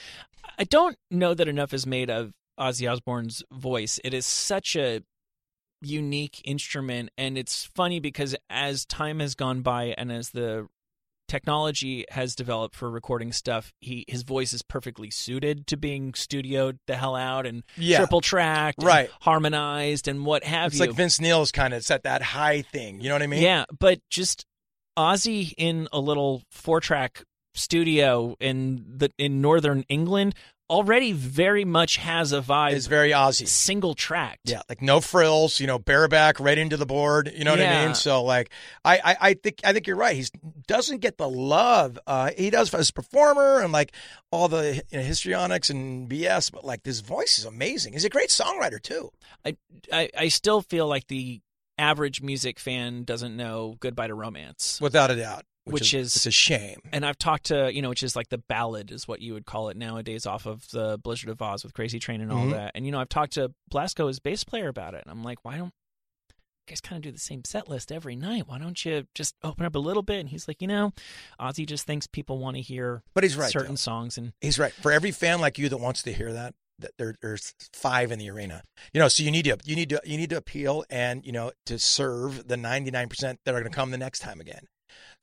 B: I don't know that enough is made of Ozzy Osbourne's voice. It is such a unique instrument, and it's funny because as time has gone by and as the technology has developed for recording stuff, he his voice is perfectly suited to being studioed the hell out and
C: Yeah.
B: triple tracked, and
C: Right.
B: harmonized, and what have
C: It's
B: you.
C: like Vince Neil's kind of set that high thing. You know what I mean?
B: Yeah, but just Ozzy in a little four track studio in the in northern England already very much has a vibe
C: It's very Aussie.
B: single tracked.
C: Yeah, like no frills, you know, bareback right into the board. You know what I
B: Yeah.
C: mean? So like, I, I, I think I think you're right. He doesn't get the love uh, he does as a performer and like all the you know, histrionics and BS. But like, this voice is amazing. He's a great songwriter too.
B: I, I I still feel like the average music fan doesn't know Goodbye to Romance.
C: Without a doubt,
B: Which is-
C: it's a shame.
B: And I've talked to, you know, which is like the ballad is what you would call it nowadays off of the Blizzard of Oz with Crazy Train and all
C: Mhm.
B: that. And you know, I've talked to Blasco, his bass player about it. And I'm like, why don't you guys kind of do the same set list every night? Why don't you just open up a little bit? And he's like, you know, Ozzy just thinks people want to hear
C: But he's right.
B: certain
C: though.
B: songs and
C: He's right. For every fan like you that wants to hear that, that there, there's five in the arena. You know, so you need to you need to you need to appeal and you know to serve the 99 percent that are going to come the next time again.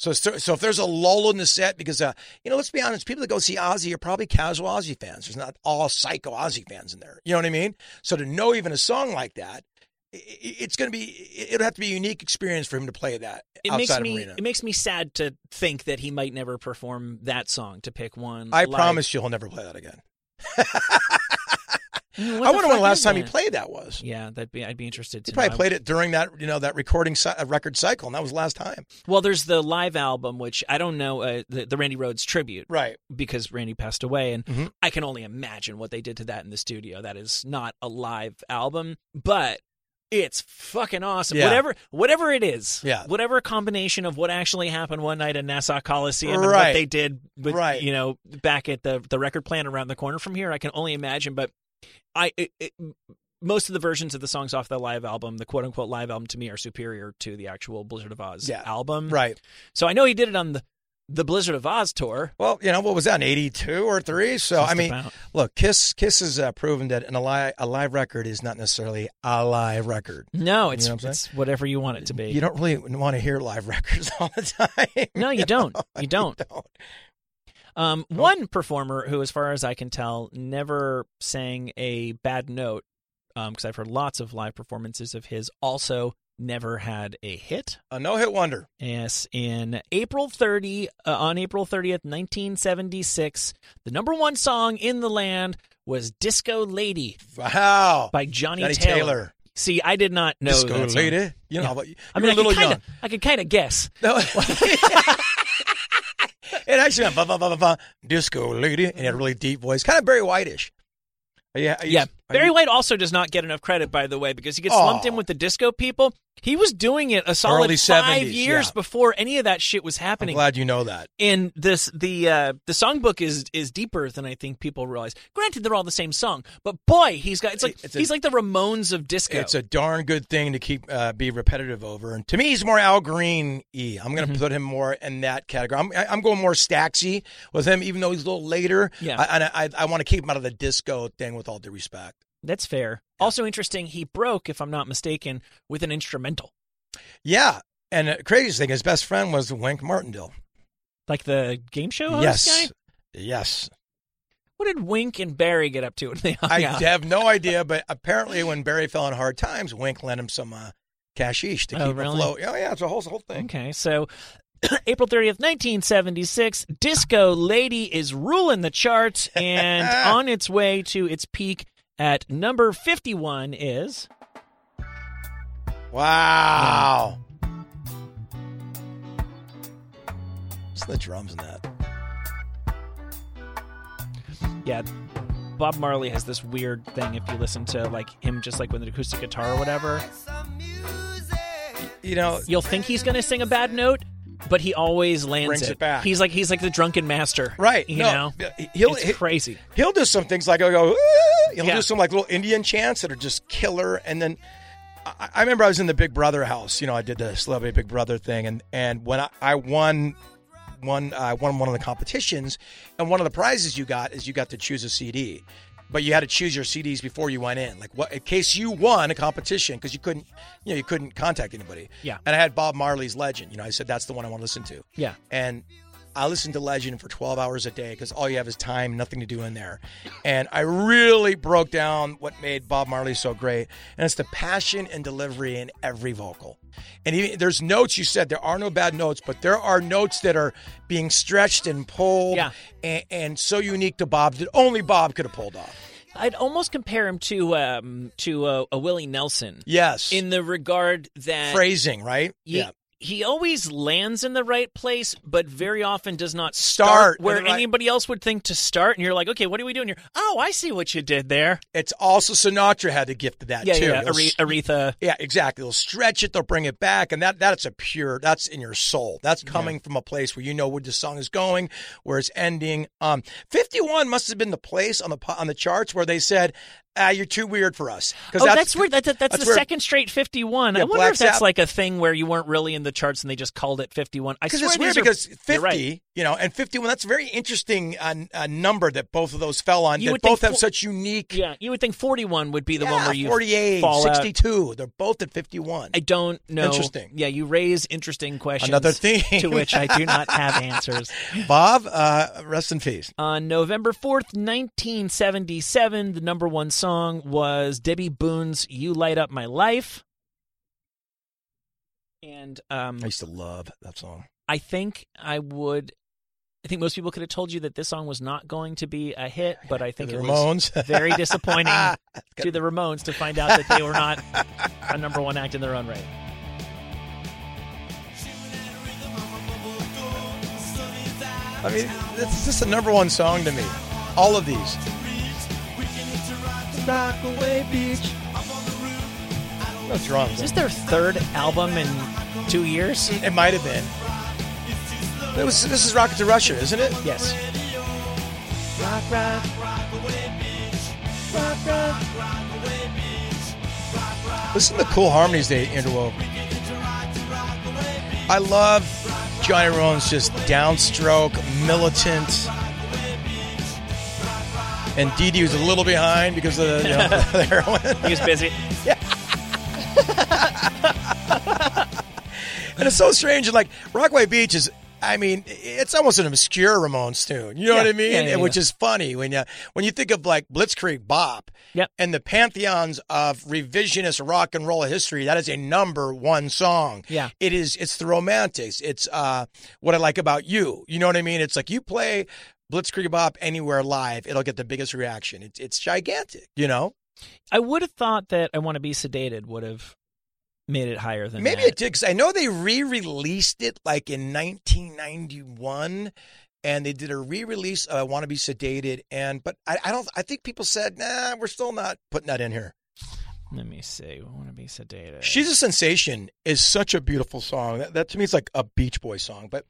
C: So so so if there's a lull in the set because uh you know let's be honest, people that go see Ozzy are probably casual Ozzy fans. There's not all psycho Ozzy fans in there. You know what I mean? So to know even a song like that. i- i- It's going to be. it- It'll have to be a unique experience for him to play that
B: it
C: outside
B: makes
C: of
B: me
C: arena.
B: it makes me sad to think that he might never perform that song to pick one.
C: I
B: live.
C: promise you, he'll never play that again.
B: Mm, what
C: I
B: the
C: wonder when
B: fuck
C: the last
B: is
C: time he
B: that?
C: played that was.
B: Yeah, that'd be. I'd be interested. To
C: He probably
B: know.
C: played it during that, you know, that recording cy- uh, record cycle, and that was last time.
B: Well, there's the live album, which I don't know uh, the, the Randy Rhodes tribute
C: Right.
B: because Randy passed away, and
C: Mhm.
B: I can only imagine what they did to that in the studio. That is not a live album, but it's fucking awesome.
C: Yeah.
B: Whatever, whatever it is,
C: Yeah.
B: whatever combination of what actually happened one night in Nassau Coliseum and what
C: Right.
B: they did, with,
C: Right.
B: you know, back at the the record plant around the corner from here, I can only imagine. But I. It, it, most of the versions of the songs off the live album, the quote unquote live album, to me are superior to the actual Blizzard of Oz
C: Yeah.
B: album.
C: Right.
B: So I know he did it on the the Blizzard of Oz tour.
C: Well, you know, what was that, in 82 or 3? So, I
B: Just
C: mean,
B: about.
C: look, Kiss Kiss has uh, proven that an alive, a live record is not necessarily a live record.
B: no, it's
C: know what I'm
B: it's whatever you want it to be.
C: You don't really want to hear live records all the time.
B: no, you don't. You don't.
C: don't.
B: Um, one performer who, as far as I can tell, never sang a bad note, because I've heard lots of live performances of his, also never had a hit.
C: A no hit wonder.
B: Yes, in April 30, uh, on April 30th, 1976, the number one song in the land was Disco Lady
C: Wow.
B: by Johnny,
C: Johnny
B: Taylor.
C: Taylor.
B: See, I did not know
C: Disco
B: that song.
C: lady. You know,
B: Yeah.
C: but you-
B: I
C: you were
B: mean, I
C: a little
B: could kind
C: young.
B: of, I could kind of guess.
C: No. it actually went ba ba ba ba ba disco lady and had a really deep voice, kind of Barry Whitish. Yeah, I
B: Yeah,
C: used- I
B: Barry
C: used-
B: White also does not get enough credit, by the way, because he gets lumped
C: Aw.
B: in with the disco people. He was doing it a solid
C: Early
B: five
C: 70s,
B: years
C: yeah.
B: before any of that shit was
C: I'm
B: happening.
C: glad you know that.
B: And this the uh, the songbook is is deeper than I think people realize. Granted, they're all the same song, but boy, he's got it's like
C: It's a-
B: he's like the Ramones of disco.
C: It's a darn good thing to keep uh, be repetitive over, and to me, he's more Al Green. E. I'm
B: Mm-hmm.
C: going to put him more in that category. I'm, I- I'm going more Staxy with him, even though he's a little later.
B: Yeah.
C: I, and I, I want to keep him out of the disco thing, with all due respect.
B: That's fair. Also interesting, he broke, if I'm not mistaken, with an instrumental,
C: Yeah, and the craziest thing, his best friend was Wink Martindale.
B: like the game show host
C: yes,
B: guy.
C: yes,
B: What did Wink and Barry get up to when they hung
C: I
B: out?
C: have no idea, but apparently when Barry fell in hard times, Wink lent him some uh, cashish to
B: Oh,
C: keep
B: really?
C: afloat. Oh yeah, it's a whole whole thing.
B: Okay, so April 30th, 1976, Disco Lady is ruling the charts and on its way to its peak at number 51 is
C: Wow. It's the drums in that.
B: yeah, Bob Marley has this weird thing if you listen to like him just like with an acoustic guitar or whatever,
C: You know,
B: you'll think he's going to sing a bad note, but he always lands
C: Brings it back.
B: He's like he's like the drunken master.
C: right?
B: You
C: no,
B: know.
C: he'll
B: it's
C: he-
B: crazy.
C: he'll do some things like he'll go. "Ooh," He'll
B: Yeah.
C: do some like little Indian chants that are just killer, and then. I I remember I was in the Big Brother house. You know, I did the Celebrity Big Brother thing, and and when I, I won one, I won one of the competitions, and one of the prizes you got is you got to choose a CD, but you had to choose your CDs before you went in, like what in case you won a competition because you couldn't, you know, you couldn't contact anybody.
B: Yeah.
C: And I had Bob Marley's Legend. You know, I said that's the one I want to listen to.
B: Yeah.
C: And I listened to Legend for 12 hours a day because all you have is time, nothing to do in there. And I really broke down what made Bob Marley so great. And it's the passion and delivery in every vocal. And even, there's notes you said, there are no bad notes, but there are notes that are being stretched and pulled
B: Yeah.
C: and, and so unique to Bob that only Bob could have pulled off.
B: I'd almost compare him to um, to uh, a Willie Nelson
C: Yes.
B: in the regard that
C: Phrasing, right?
B: he,
C: yeah.
B: he always lands in the right place, but very often does not
C: Start
B: start,
C: in
B: where
C: the right-
B: anybody else would think to start. And you're like, okay, what are we doing here? Oh, I see what you did there.
C: It's also Sinatra had a gift of that
B: Yeah,
C: too.
B: yeah,
C: They'll
B: Are- Aretha.
C: Yeah, exactly. They'll stretch it, they'll bring it back, and that that's a pure that's in your soul. That's coming from a place where you know where the song is going, where it's ending. Um, fifty one must have been the place on the po- on the charts where they said, "Ah, you're too weird for us." Because
B: Oh, that's, where that, that- that's,
C: that's
B: the
C: where-
B: second straight 51.
C: Yeah,
B: I wonder
C: Black
B: if that's
C: Sabbath-
B: like a thing where you weren't really in the charts and they just called it 51. I
C: Because
B: swear
C: it's weird
B: these are-
C: because 50,
B: you're right.
C: you know, and 51, that's a very interesting uh, n- uh, number that both of those fell on.
B: You
C: that
B: would think
C: both have
B: fo-
C: such unique.
B: Yeah, you would think 41 would be the
C: Yeah,
B: one where you
C: 48,
B: fall out.
C: 62. They're both at 51.
B: I don't know.
C: Interesting.
B: Yeah, you raise interesting questions.
C: Another thing.
B: to which I do not have answers.
C: Bob, uh, rest in peace.
B: On November 4th, 1977, the number one song was Debbie Boone's You Light Up My Life. And um,
C: I used to love that song.
B: I think I would. I think most people could have told you that this song was not going to be a hit, but I think
C: The
B: it
C: Ramones.
B: was very disappointing to the Ramones to find out that they were not a number one act in their own right.
C: I mean, it's just the number one song to me. All of these. Rockaway Beach. No drums.
B: Is this their third album in two years?
C: It might have been. It was, this is Rocket to Russia, isn't it?
B: Yes.
C: Rock, rock. Rock, rock. Listen to the cool harmonies they interwove. I love Johnny Rowan's just downstroke, militant. And Dee Dee was a little behind because of the, you know, the heroin.
B: He was busy.
C: And it's so strange. Like Rockaway Beach is, I mean, it's almost an obscure Ramones tune. You know
B: Yeah,
C: what I mean?
B: yeah, yeah,
C: And Which
B: yeah.
C: is funny when you when you think of like Blitzkrieg Bop
B: Yep.
C: and the pantheons of revisionist rock and roll history. That is a number one song.
B: Yeah.
C: it is. It's the Romantics. It's uh, what I like about you. You know what I mean? It's like you play. Blitzkrieg Bop anywhere live, it'll get the biggest reaction. It's it's gigantic, you know.
B: I would have thought that I Want to Be Sedated would have made it higher than
C: Maybe
B: that.
C: it did 'cause I know they re-released it like in 1991, and they did a re-release of "I Want to Be Sedated." And but I, I don't. I think people said, "Nah, we're still not putting that in here."
B: Let me see. I Want to Be Sedated.
C: "She's a Sensation" is such a beautiful song. That, that to me is like a Beach Boy song. But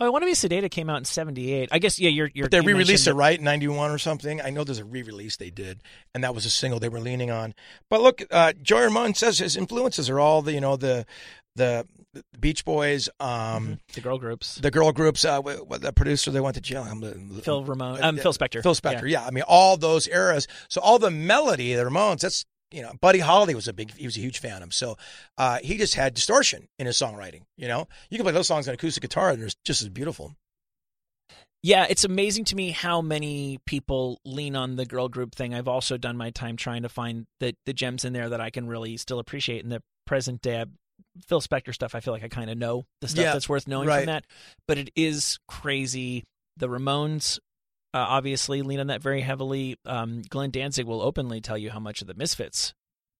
B: Oh, I Want to Be Sedated came out in 78. I guess, yeah, you're. you're
C: but they
B: you
C: re-released
B: mentioned
C: it right in '91 or something. I know there's a re-release they did, and that was a single they were leaning on. But look, uh, Joy Ramone says his influences are all the you know the the, the Beach Boys. Um,
B: The girl groups.
C: the girl groups, uh, w- w- the producer they went to jail. I'm, the-
B: Phil Ramone. Um,
C: uh,
B: Phil Spector.
C: Phil Spector, yeah. I mean, all those eras. So all the melody, the Ramones. That's you know, Buddy Holly was a big, he was a huge fan of. Him. So uh, he just had distortion in his songwriting. You know, you can play those songs on acoustic guitar, and they're just as beautiful.
B: Yeah, it's amazing to me how many people lean on the girl group thing. I've also done my time trying to find the the gems in there that I can really still appreciate in the present day. I- Phil Spector stuff, I feel like I kind of know the stuff
C: Yeah,
B: that's worth knowing
C: right.
B: from that. But it is crazy. The Ramones uh, obviously lean on that very heavily. Um, Glenn Danzig will openly tell you how much of the Misfits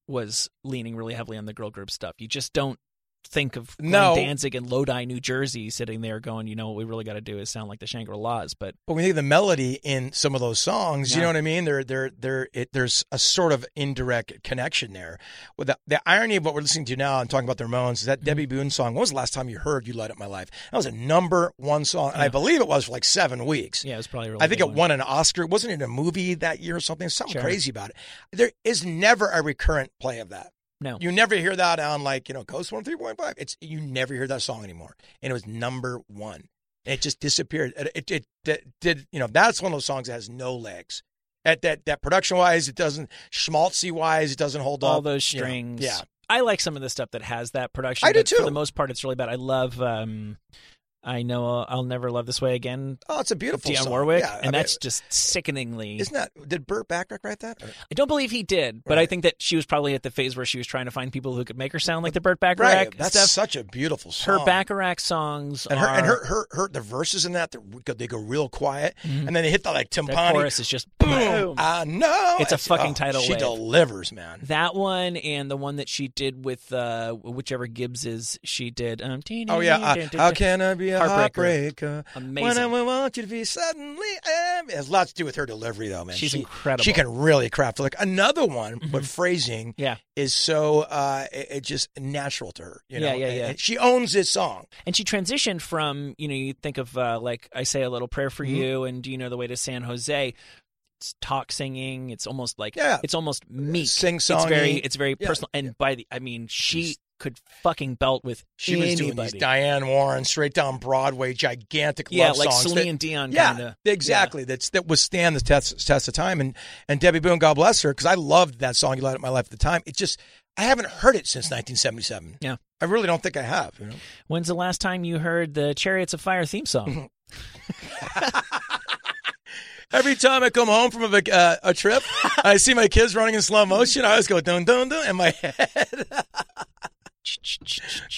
B: was leaning really heavily on the girl group stuff. You just don't think of Glenn
C: No.
B: Danzig in Lodi, New Jersey, sitting there going, you know, what we really got to do is sound like the Shangri Las. But
C: But when you think of the melody in some of those songs, you
B: Yeah.
C: know what I mean? There, there, there. It, there's a sort of indirect connection there. With the, the irony of what we're listening to now and talking about the Ramones is that
B: Mm-hmm.
C: Debbie Boone song. When was the last time you heard "You Light Up My Life"? That was a number one song, and I
B: Yeah.
C: believe it was for like seven weeks.
B: yeah, it was probably a really.
C: I think
B: good
C: it
B: one.
C: won an Oscar. Wasn't it a movie that year or something? Something
B: Sure.
C: crazy about it. There is never a recurrent play of that.
B: No.
C: You never hear that on like, you know, Coast One Three Point Five. It's you never hear that song anymore. And it was number one. And it just disappeared. It it, it, it did you know, that's one of those songs that has no legs. At that that production wise, it doesn't schmaltzy wise, it doesn't hold
B: all
C: up,
B: those
C: you know.
B: strings.
C: yeah.
B: I like some of the stuff that has that production.
C: I do
B: but For
C: too.
B: the most part, it's really bad. I love um, I know I'll never love this way again.
C: Oh, it's a beautiful
B: Dionne
C: song.
B: Warwick,
C: Yeah, I
B: and
C: mean,
B: that's just sickeningly.
C: isn't that did Burt Bacharach write that? Or-
B: I don't believe he did, but I
C: Right.
B: think that she was probably at the phase where she was trying to find people who could make her sound like the Burt Bacharach
C: Right, that's
B: stuff.
C: such a beautiful song.
B: her Bacharach songs
C: and her
B: are
C: and her, her her the verses in that they're- they go, they go real quiet,
B: Mhm.
C: and then they hit the like
B: the
C: timpani.
B: chorus is just
C: Boom! I know
B: It's a fucking
C: oh,
B: tidal
C: She
B: wave.
C: delivers, man.
B: That one and the one that she did with uh, whichever Gibbs is she did. Um,
C: Oh yeah, uh, how can I be a
B: Heartbreaker.
C: heartbreaker? When I
B: amazing.
C: want you to be suddenly, em- it has lots to do with her delivery, though, man.
B: She's
C: She-
B: incredible. Mm-hmm.
C: She can really craft like another one, but phrasing
B: Yeah,
C: is so uh, it, it just natural to her. You know?
B: Yeah, yeah, yeah.
C: And she owns this song.
B: and she transitioned from you know you think of uh, like I say a little prayer for
C: Mm-hmm.
B: you and do you know the way to San Jose. It's talk singing. It's almost like
C: Yeah.
B: It's almost meek.
C: Sing-songy.
B: It's very it's very
C: Yeah,
B: personal. And by the I mean she
C: She's-
B: could fucking belt with
C: She
B: anybody.
C: was doing these Diane Warren straight down Broadway, gigantic
B: yeah,
C: love
B: like
C: songs. that-
B: Celine Dion.
C: yeah,
B: kinda.
C: exactly. That's that withstand the test test of time. And and Debbie Boone, God bless her, because I loved that song. You light up my life at the time. It just I haven't heard it since 1977.
B: Yeah.
C: I really don't think I have. You know,
B: When's the last time you heard the Chariots of Fire theme
C: Mm-hmm.
B: song?
C: every time I come home from a vac- uh, a trip, I see my kids running in slow motion. I always go dun dun dun in my head.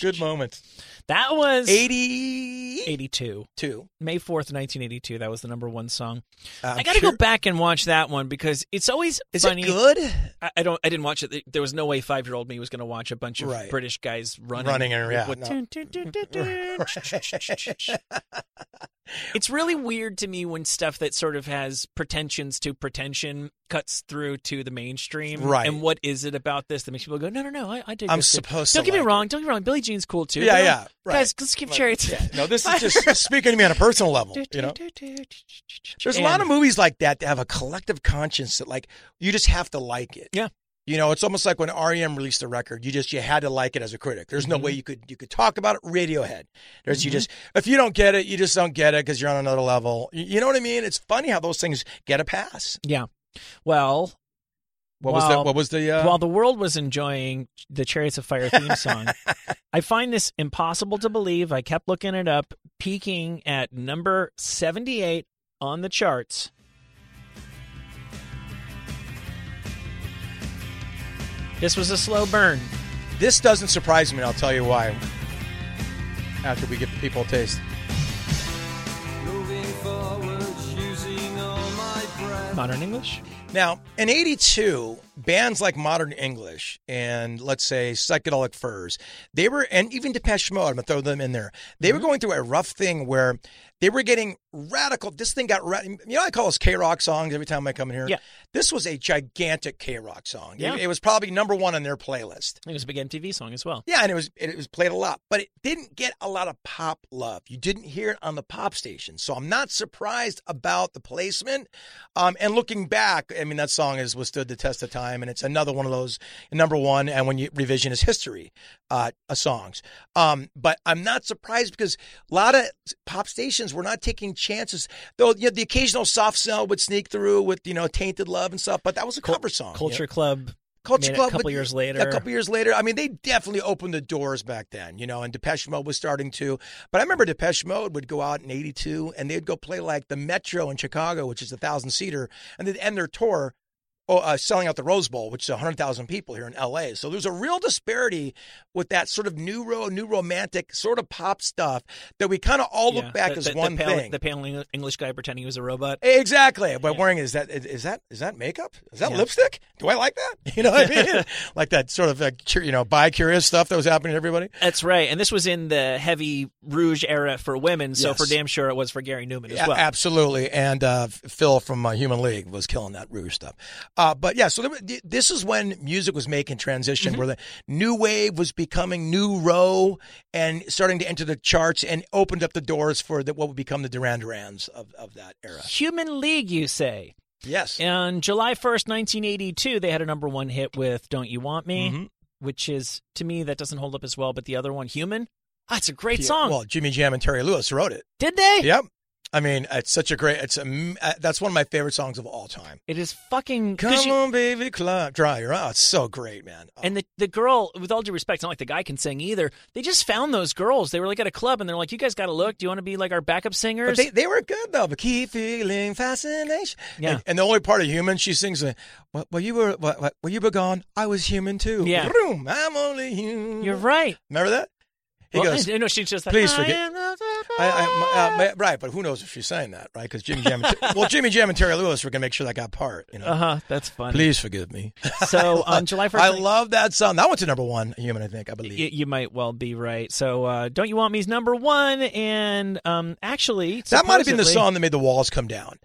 C: Good moment.
B: that was
C: 82.
B: 82. May 4th, 1982. That was the number one song.
C: I'm
B: i got to go
C: cur-
B: back and watch that one because it's always
C: Is
B: funny.
C: it good?
B: I, I don't. I didn't watch it. There was no way five year old me was going to watch a bunch of
C: Right.
B: British guys running.
C: Running and- yeah,
B: with-
C: no.
B: It's really weird to me when stuff that sort of has pretensions to pretension cuts through to the mainstream.
C: Right.
B: And what is it about this that makes people go, no, no, no, I, I dig
C: I'm
B: this too."
C: supposed to
B: Don't get me
C: like
B: wrong. Don't get me wrong. Billie Jean's cool too.
C: Yeah,
B: but,
C: yeah, right.
B: Guys, let's skip chariots.
C: Yeah, no, this is just speaking to me on a personal level. You know, There's a lot of
B: And-
C: movies like that that have a collective conscience that like you just have to like it.
B: Yeah.
C: You know, it's almost like when REM released the record, you just you had to like it as a critic. There's
B: Mm-hmm.
C: no way you could you could talk about it. Radiohead, there's you just if you don't get it, you just don't get it because you're on another level. You, you know what I mean? It's funny how those things get a pass.
B: Yeah. Well,
C: What was
B: Well,
C: the what was the uh,
B: while the world was enjoying the Chariots of Fire theme song, I find this impossible to believe. I kept looking it up, peaking at number 78 on the charts. This was a slow burn.
C: this doesn't surprise me. and I'll tell you why after we give people a taste.
B: Modern English?
C: Now, in 82, bands like Modern English and let's say Psychedelic Furs, they were, and even Depeche Mode, I'm going to throw them in there. They
B: Mm-hmm.
C: were going through a rough thing where they were getting radical. This thing got, ra- you know, I call us K Rock songs every time I come in here.
B: Yeah.
C: This was a gigantic K Rock song. It-
B: Yeah.
C: It, was probably number one on their playlist.
B: It was a big MTV song as well.
C: Yeah, and it was it was played a lot, but it didn't get a lot of pop love. You didn't hear it on the pop station, so I'm not surprised about the placement. Um, and looking back, I mean that song has withstood the test of time, and it's another one of those number one. And when you revision is history, uh, uh, songs. Um, but I'm not surprised because a lot of pop stations were not taking chances. Though you know, the occasional soft sell would sneak through with you know "Tainted Love" and stuff, but that was a cover song. you know?
B: Culture Club. made
C: Culture
B: it
C: Club
B: a couple
C: would-
B: years
C: yeah,
B: later.
C: A couple years later, I mean, they definitely opened the doors back then, you know. And Depeche Mode was starting to, but I remember Depeche Mode would go out in '82 and they'd go play like the Metro in Chicago, which is a thousand seater, and they'd end their tour. Oh, uh, selling out the Rose Bowl, which is 100,000 people here in LA. So there's a real disparity with that sort of new, ro- new romantic sort of pop stuff that we kind of all
B: Yeah.
C: Oh, look back
B: The-
C: as
B: the- the
C: one
B: pale-
C: thing.
B: The pale English guy pretending he was a robot.
C: Exactly. But wearing is that is that is that makeup? Is that
B: Yeah.
C: lipstick? Do I like that? You know what I mean? like that sort of like cur- you know bi curious stuff that was happening to everybody.
B: That's right. And this was in the heavy rouge era for women, so
C: Yes.
B: for damn sure it was for Gary Newman as
C: Yeah,
B: well.
C: absolutely. And uh, Phil from uh, Human League was killing that Ruger stuff. Uh, but yeah, so there, were- th- this is when music was making transition, where the new wave was becoming new row and starting to enter the charts and opened up the doors for the, what would become the Duran Durans of, of that era.
B: Human League, you say.
C: Yes.
B: On July 1st, 1982, they had a number one hit with Don't You Want Me,
C: Mhm.
B: which is, to me, that doesn't hold up as well. But the other one, Human, that's a great
C: Yeah,
B: song.
C: Well, Jimmy Jam and Terry Lewis wrote it.
B: Did they?
C: Yep. I mean, it's such a great. It's a, m- uh, that's one of my favorite songs of all time.
B: It is fucking. 'cause
C: Come
B: you-
C: on, baby, clock, dry your eyes. It's so great, man. Oh,
B: And the, the girl, with all due respect, it's not like the guy can sing either. They just found those girls. They were like at a club and they're like, you guys got to look. Do you want to be like our backup
C: but
B: singers?
C: they, they were good though. But keep feeling fascination.
B: Yeah.
C: And, and the only part of human she sings, uh, "Wh- "While you were wh- wh- while you were gone, I was human too."
B: Yeah.
C: Vroom, I'm only human.
B: You're right.
C: Remember that? He
B: Well,
C: goes,
B: and- no, she's just like,
C: "Please
B: "I
C: forget-
B: am not the
C: I, I, my, uh, my, right, but who knows if she's saying that, right? Because Jimmy Jam, and, well, Jimmy Jam and Terry Lewis were gonna make sure that got part. You know,
B: Uh huh. That's funny.
C: please forgive me.
B: So on July 1st,
C: I love that song. That went to number one human, I think. I
B: y-
C: believe.
B: you, might well be right. So uh, Don't You Want Me's number one. And um, actually,
C: that might have been the
B: supposedly-
C: song that made the walls come down.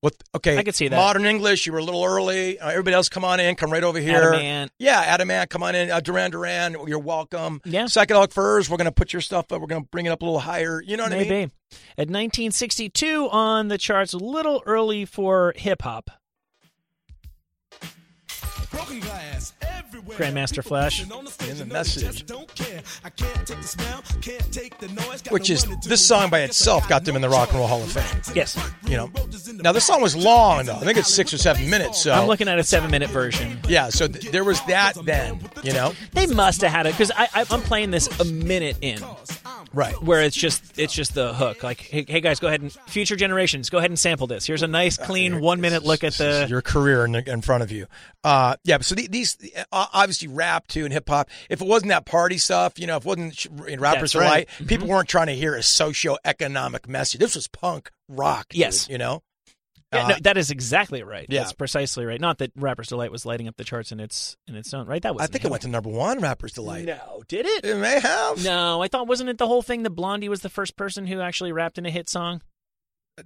C: What? Okay,
B: I could see that.
C: Modern English. You were a little early. Uh, everybody else, come on in. Come right over here.
B: Adamant.
C: Yeah, Adamant, come on in. Uh, Duran Duran, you're welcome.
B: Yeah.
C: Psychedelic Furs. We're gonna put your stuff up. We're gonna bring it up a little higher. You know what
B: Maybe.
C: I mean?
B: At 1962 on the charts, a little early for hip hop.
F: Broken glass everywhere.
B: Grandmaster
F: People
B: Flash.
F: pissing on the stage
C: In the
F: and know they
C: message.
F: just don't care. I can't take the smell, can't take the noise, got
C: Which
F: no
C: is-
F: money to
C: this
F: do.
C: song by
F: Guess I
C: itself got
F: no
C: them in the Rock and Roll
F: choice.
C: Hall of Fame.
F: Right
B: Yes.
F: to the front
C: You
F: room,
C: know.
F: roaches in the
C: Now, this
F: back,
C: song was
F: two
C: long,
F: hands in
C: though. I
F: the
C: think it's
F: alley
C: six or
F: with the
C: seven
F: face
C: minutes,
F: on.
C: so-
B: I'm looking at a seven minute version.
C: Yeah. So th- there was that then. You know?
B: They must have had it because I, I, I'm playing this a minute in,
C: Right.
B: where it's just it's just the hook. Like, hey, hey guys, go ahead and future generations, go ahead and sample this. Here's a nice, clean one minute look at
C: This is
B: the.
C: your career in, in front of you. Uh, yeah. So the, these uh, obviously rap too and hip hop. If it wasn't that party stuff, you know, if it wasn't sh- in rappers
B: That's
C: are
B: right. Mm-hmm.
C: light, people weren't trying to hear a socioeconomic message. This was punk rock. dude,
B: Yes.
C: you know.
B: Yeah,
C: Uh,
B: no, that is exactly right.
C: Yeah.
B: That's precisely right. Not that Rapper's Delight was lighting up the charts in its in its own right. That was
C: I think it went to number one. Rappers delight.
B: No, did it?
C: It may have.
B: No, I thought wasn't it the whole thing that Blondie was the first person who actually rapped in a hit song?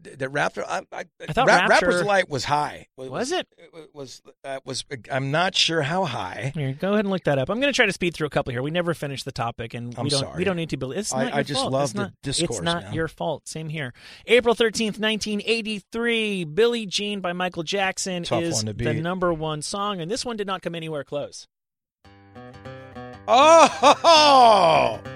C: That Raptor. I, I,
B: I thought
C: Rap-
B: Rapture-
C: Rappers delight was high.
B: Was it?
C: It was. Uh, was. I'm not sure how high.
B: Here, go ahead and look that up. I'm going to try to speed through a couple here. We never finished the topic, and
C: I'm
B: we don't we
C: sorry.
B: don't need to believe. It's
C: I-
B: not your
C: I just
B: fault.
C: love
B: it's
C: the
B: not, It's
C: discourse,
B: not
C: man.
B: your fault. Same here. April 13th, 1983, "Billie Jean" by Michael Jackson
C: Tough
B: is
C: one to
B: the
C: beat.
B: number one song, and this one did not come anywhere close.
C: Oh.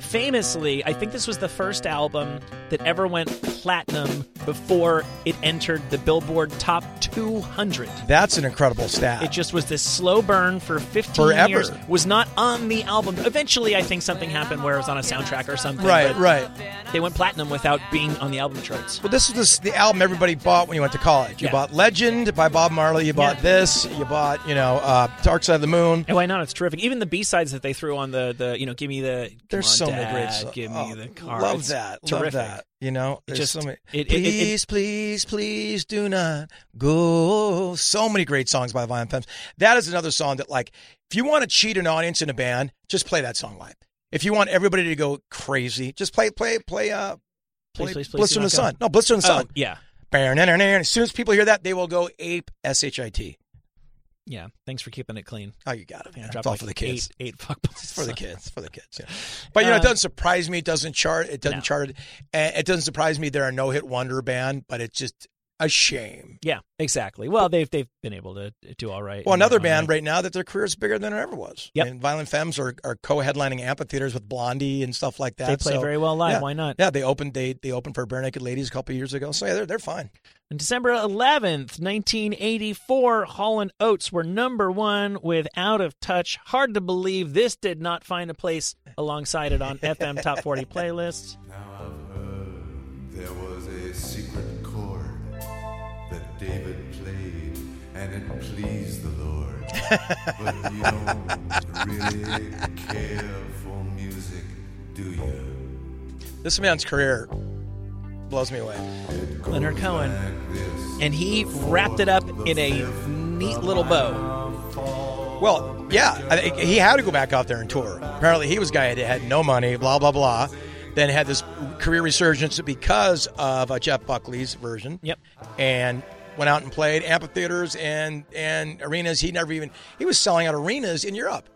B: Famously, I think this was the first album that ever went platinum before it entered the Billboard Top 200.
C: That's an incredible stat.
B: It just was this slow burn for 15
C: Forever.
B: years. Was not on the album. Eventually, I think something happened where it was on a soundtrack or something.
C: Right,
B: but
C: right.
B: They went platinum without being on the album charts.
C: Well, this was the album everybody bought when you went to college. You
B: Yeah.
C: bought Legend by Bob Marley. You bought
B: Yeah.
C: this. You bought, you know, uh, Dark Side of the Moon.
B: And why not? Oh, It's terrific. Even the B sides that they threw on the the you know, give me the come
C: There's
B: on,
C: so
B: Dad,
C: many great songs.
B: Give me
C: Oh,
B: the car.
C: Love
B: It's
C: that.
B: Terrific.
C: Love that. You know, there's
B: just-
C: so many.
B: it- it- it- it-
C: please, please, please do not go. So many great songs by Violent Femmes. That is another song that, like, if you want to cheat an audience in a band, just play that song live. If you want everybody to go crazy, just play, play, play, uh,
B: Please,
C: play
B: please, please
C: Blister
B: do
C: in the
B: not go.
C: Sun. No, Blister in the
B: Oh,
C: Sun.
B: yeah,
C: Ba-na-na-na. As soon as people hear that, they will go ape S H I T.
B: yeah. Thanks for keeping it clean.
C: Oh, you got it.
B: I
C: Man.
B: dropped
C: It's all
B: like
C: for the kids.
B: Eight, eight fuck
C: It's for the kids. For the kids. Yeah. But you know,
B: Uh,
C: it doesn't surprise me. It doesn't chart. It doesn't
B: No.
C: chart. And it doesn't surprise me. They're a no-hit wonder band, but it's just a shame.
B: Yeah, exactly. Well, they've they've been able to do all right.
C: Well,
B: and they're
C: another
B: on
C: band
B: the-
C: right now that their career is bigger than it ever was.
B: Yep.
C: And Violent Femmes are, are co-headlining amphitheaters with Blondie and stuff like that.
B: They play
C: So,
B: very well live.
C: yeah.
B: Why not?
C: Yeah, they opened they they opened for Bare Naked Ladies a couple years ago. So yeah, they're they're fine.
B: On December 11th, 1984, Hall and Oates were number one with Out of Touch. Hard to believe this did not find a place alongside it on FM Top 40 playlists.
G: There was a secret chord that David played, and it pleased the Lord. but you don't really care for music, do you?
C: This man's career blows me away.
B: Leonard Cohen. And he wrapped it up in a neat little bow.
C: Well, yeah, I think he had to go back out there and tour. Apparently, he was a guy that had no money, blah blah blah. Then had this career resurgence because of uh, Jeff Buckley's version.
B: Yep.
C: and went out and played amphitheaters and and arenas. He never even he was selling out arenas in Europe.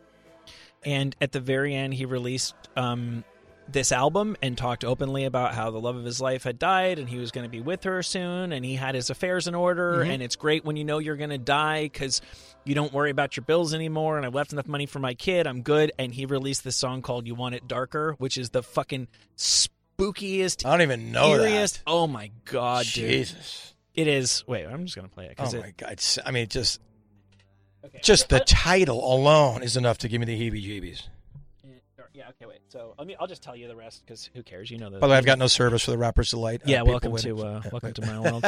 B: And at the very end, he released um, this album and talked openly about how the love of his life had died and he was going to be with her soon and he had his affairs in order.
C: Mm-hmm.
B: And it's great when you know you're going to die because you don't worry about your bills anymore. And I've left enough money for my kid. I'm good. And he released this song called You Want It Darker, which is the fucking spookiest spookiest,
C: I don't even know
B: eeriest.
C: Oh, that.
B: Oh my god, dude!
C: Jesus.
B: It is. Wait, I'm just gonna play it because
C: Oh
B: it,
C: my God. It's- I mean, just just the title alone is enough to give me the heebie-jeebies.
B: Uh, Yeah. Okay. Wait. So I mean, I'll just tell you the rest because who cares? You know the.
C: By the way, I've got no service for the rapper's delight. uh,
B: yeah.
C: people
B: Welcome
C: with-
B: to uh,
C: Yeah,
B: welcome
C: wait.
B: to my world.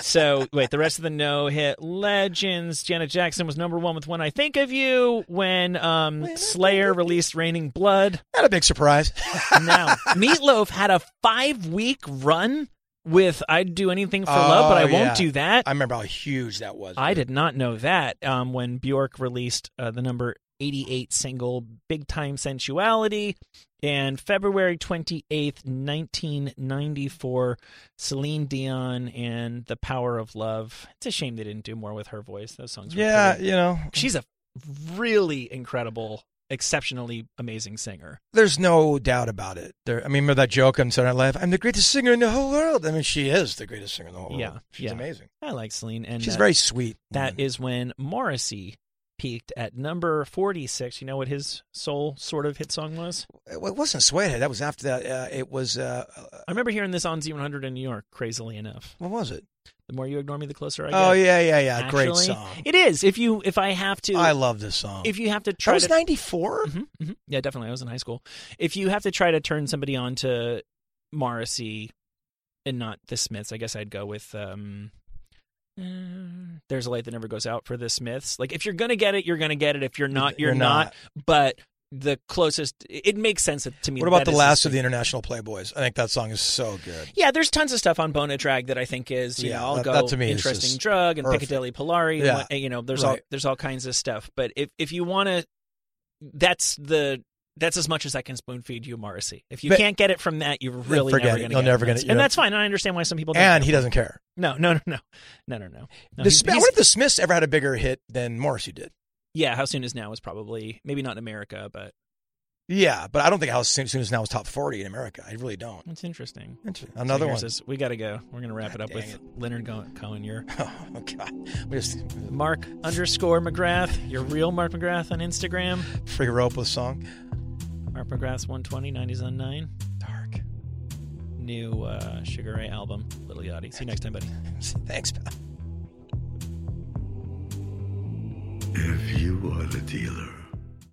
B: so wait, the rest of the no hit legends. Janet Jackson was number one with "When I Think of You." When um, Slayer released "Raining Blood."
C: Not a big surprise.
B: Now Meatloaf had a five week run with "I'd Do Anything for
C: Oh,
B: Love," but I
C: yeah.
B: won't do that.
C: I remember how huge that was.
B: I did not know that um, when Bjork released uh, the number 88 single Big Time Sensuality. And February 28th, 1994, Celine Dion and The Power of Love. It's a shame they didn't do more with her voice. Those songs were
C: Yeah,
B: pretty-
C: you know,
B: She's a really incredible, exceptionally amazing singer.
C: there's no doubt about it. There, I mean, remember that joke on Saturday Night Live? I'm the greatest singer in the whole world. I mean, she is the greatest singer in the whole world.
B: Yeah,
C: she's
B: yeah.
C: amazing.
B: I like Celine. And
C: she's
B: uh,
C: very sweet.
B: That is when Morrissey peaked at number 46. You know what his soul sort of hit song was?
C: It wasn't Sweathead. That was after that. Uh, it was. Uh, uh,
B: I remember hearing this on Z100 in New York, crazily enough.
C: what was it?
B: The more you ignore me, the closer I get.
C: Oh yeah, yeah, yeah. Great
B: Actually,
C: song.
B: It is. If you, if I have to,
C: I love this song.
B: if you have to
C: that
B: try
C: was
B: to,
C: '94.
B: Mhm, mhm. yeah, definitely. I was in high school. If you have to try to turn somebody on to Morrissey and not the Smiths, I guess I'd go with, um, uh, there's a light that never goes out for the Smiths. Like if you're going to get it, you're going to get it. If you're not, you're,
C: You're
B: not. But the closest, it makes sense to me.
C: What
B: that
C: about
B: that
C: the
B: is
C: last
B: thing.
C: of the International Playboys? I think that song is so good.
B: Yeah, there's tons of stuff on Bona Drag that I think is you
C: Yeah,
B: know I'll
C: that-
B: go
C: that to me is
B: interesting
C: just
B: drug and
C: perfect.
B: Piccadilly Polari.
C: Yeah,
B: And what, you know, there's all
C: right.
B: there's all kinds of stuff. But if if you want to, that's the that's as much as I can spoon feed you, Morrissey. If you
C: But-
B: can't get it from that, you're really
C: forget
B: never
C: it.
B: going to.
C: You'll
B: get
C: never
B: it.
C: get
B: That's-
C: it. You
B: and
C: don't-
B: that's fine. I understand why some people. Don't
C: And
B: get
C: he
B: it.
C: doesn't care.
B: no, no, no, no, no, no, no. no
C: the
B: he-
C: Smith- I
B: he's-
C: wonder if the Smiths ever had a bigger hit than Morrissey did.
B: yeah, how soon is now is probably maybe not in America, but
C: Yeah, but I don't think How Soon Soon as Now was top 40 in America. I really don't.
B: it's interesting.
C: Interesting. Another
B: so
C: one.
B: here's this- we got to go. We're going to wrap
C: God
B: it up
C: dang
B: with Leonard Go- Cohen. Your
C: Oh God! We just
B: Mark underscore McGrath, your real Mark McGrath on Instagram.
C: free rope with song.
B: Mark McGrath's 120, 90s on 9.
C: Dark.
B: New uh, Sugar Ray album, Little Yachty. See you next time, buddy.
C: Thanks, pal.
G: If you are the dealer,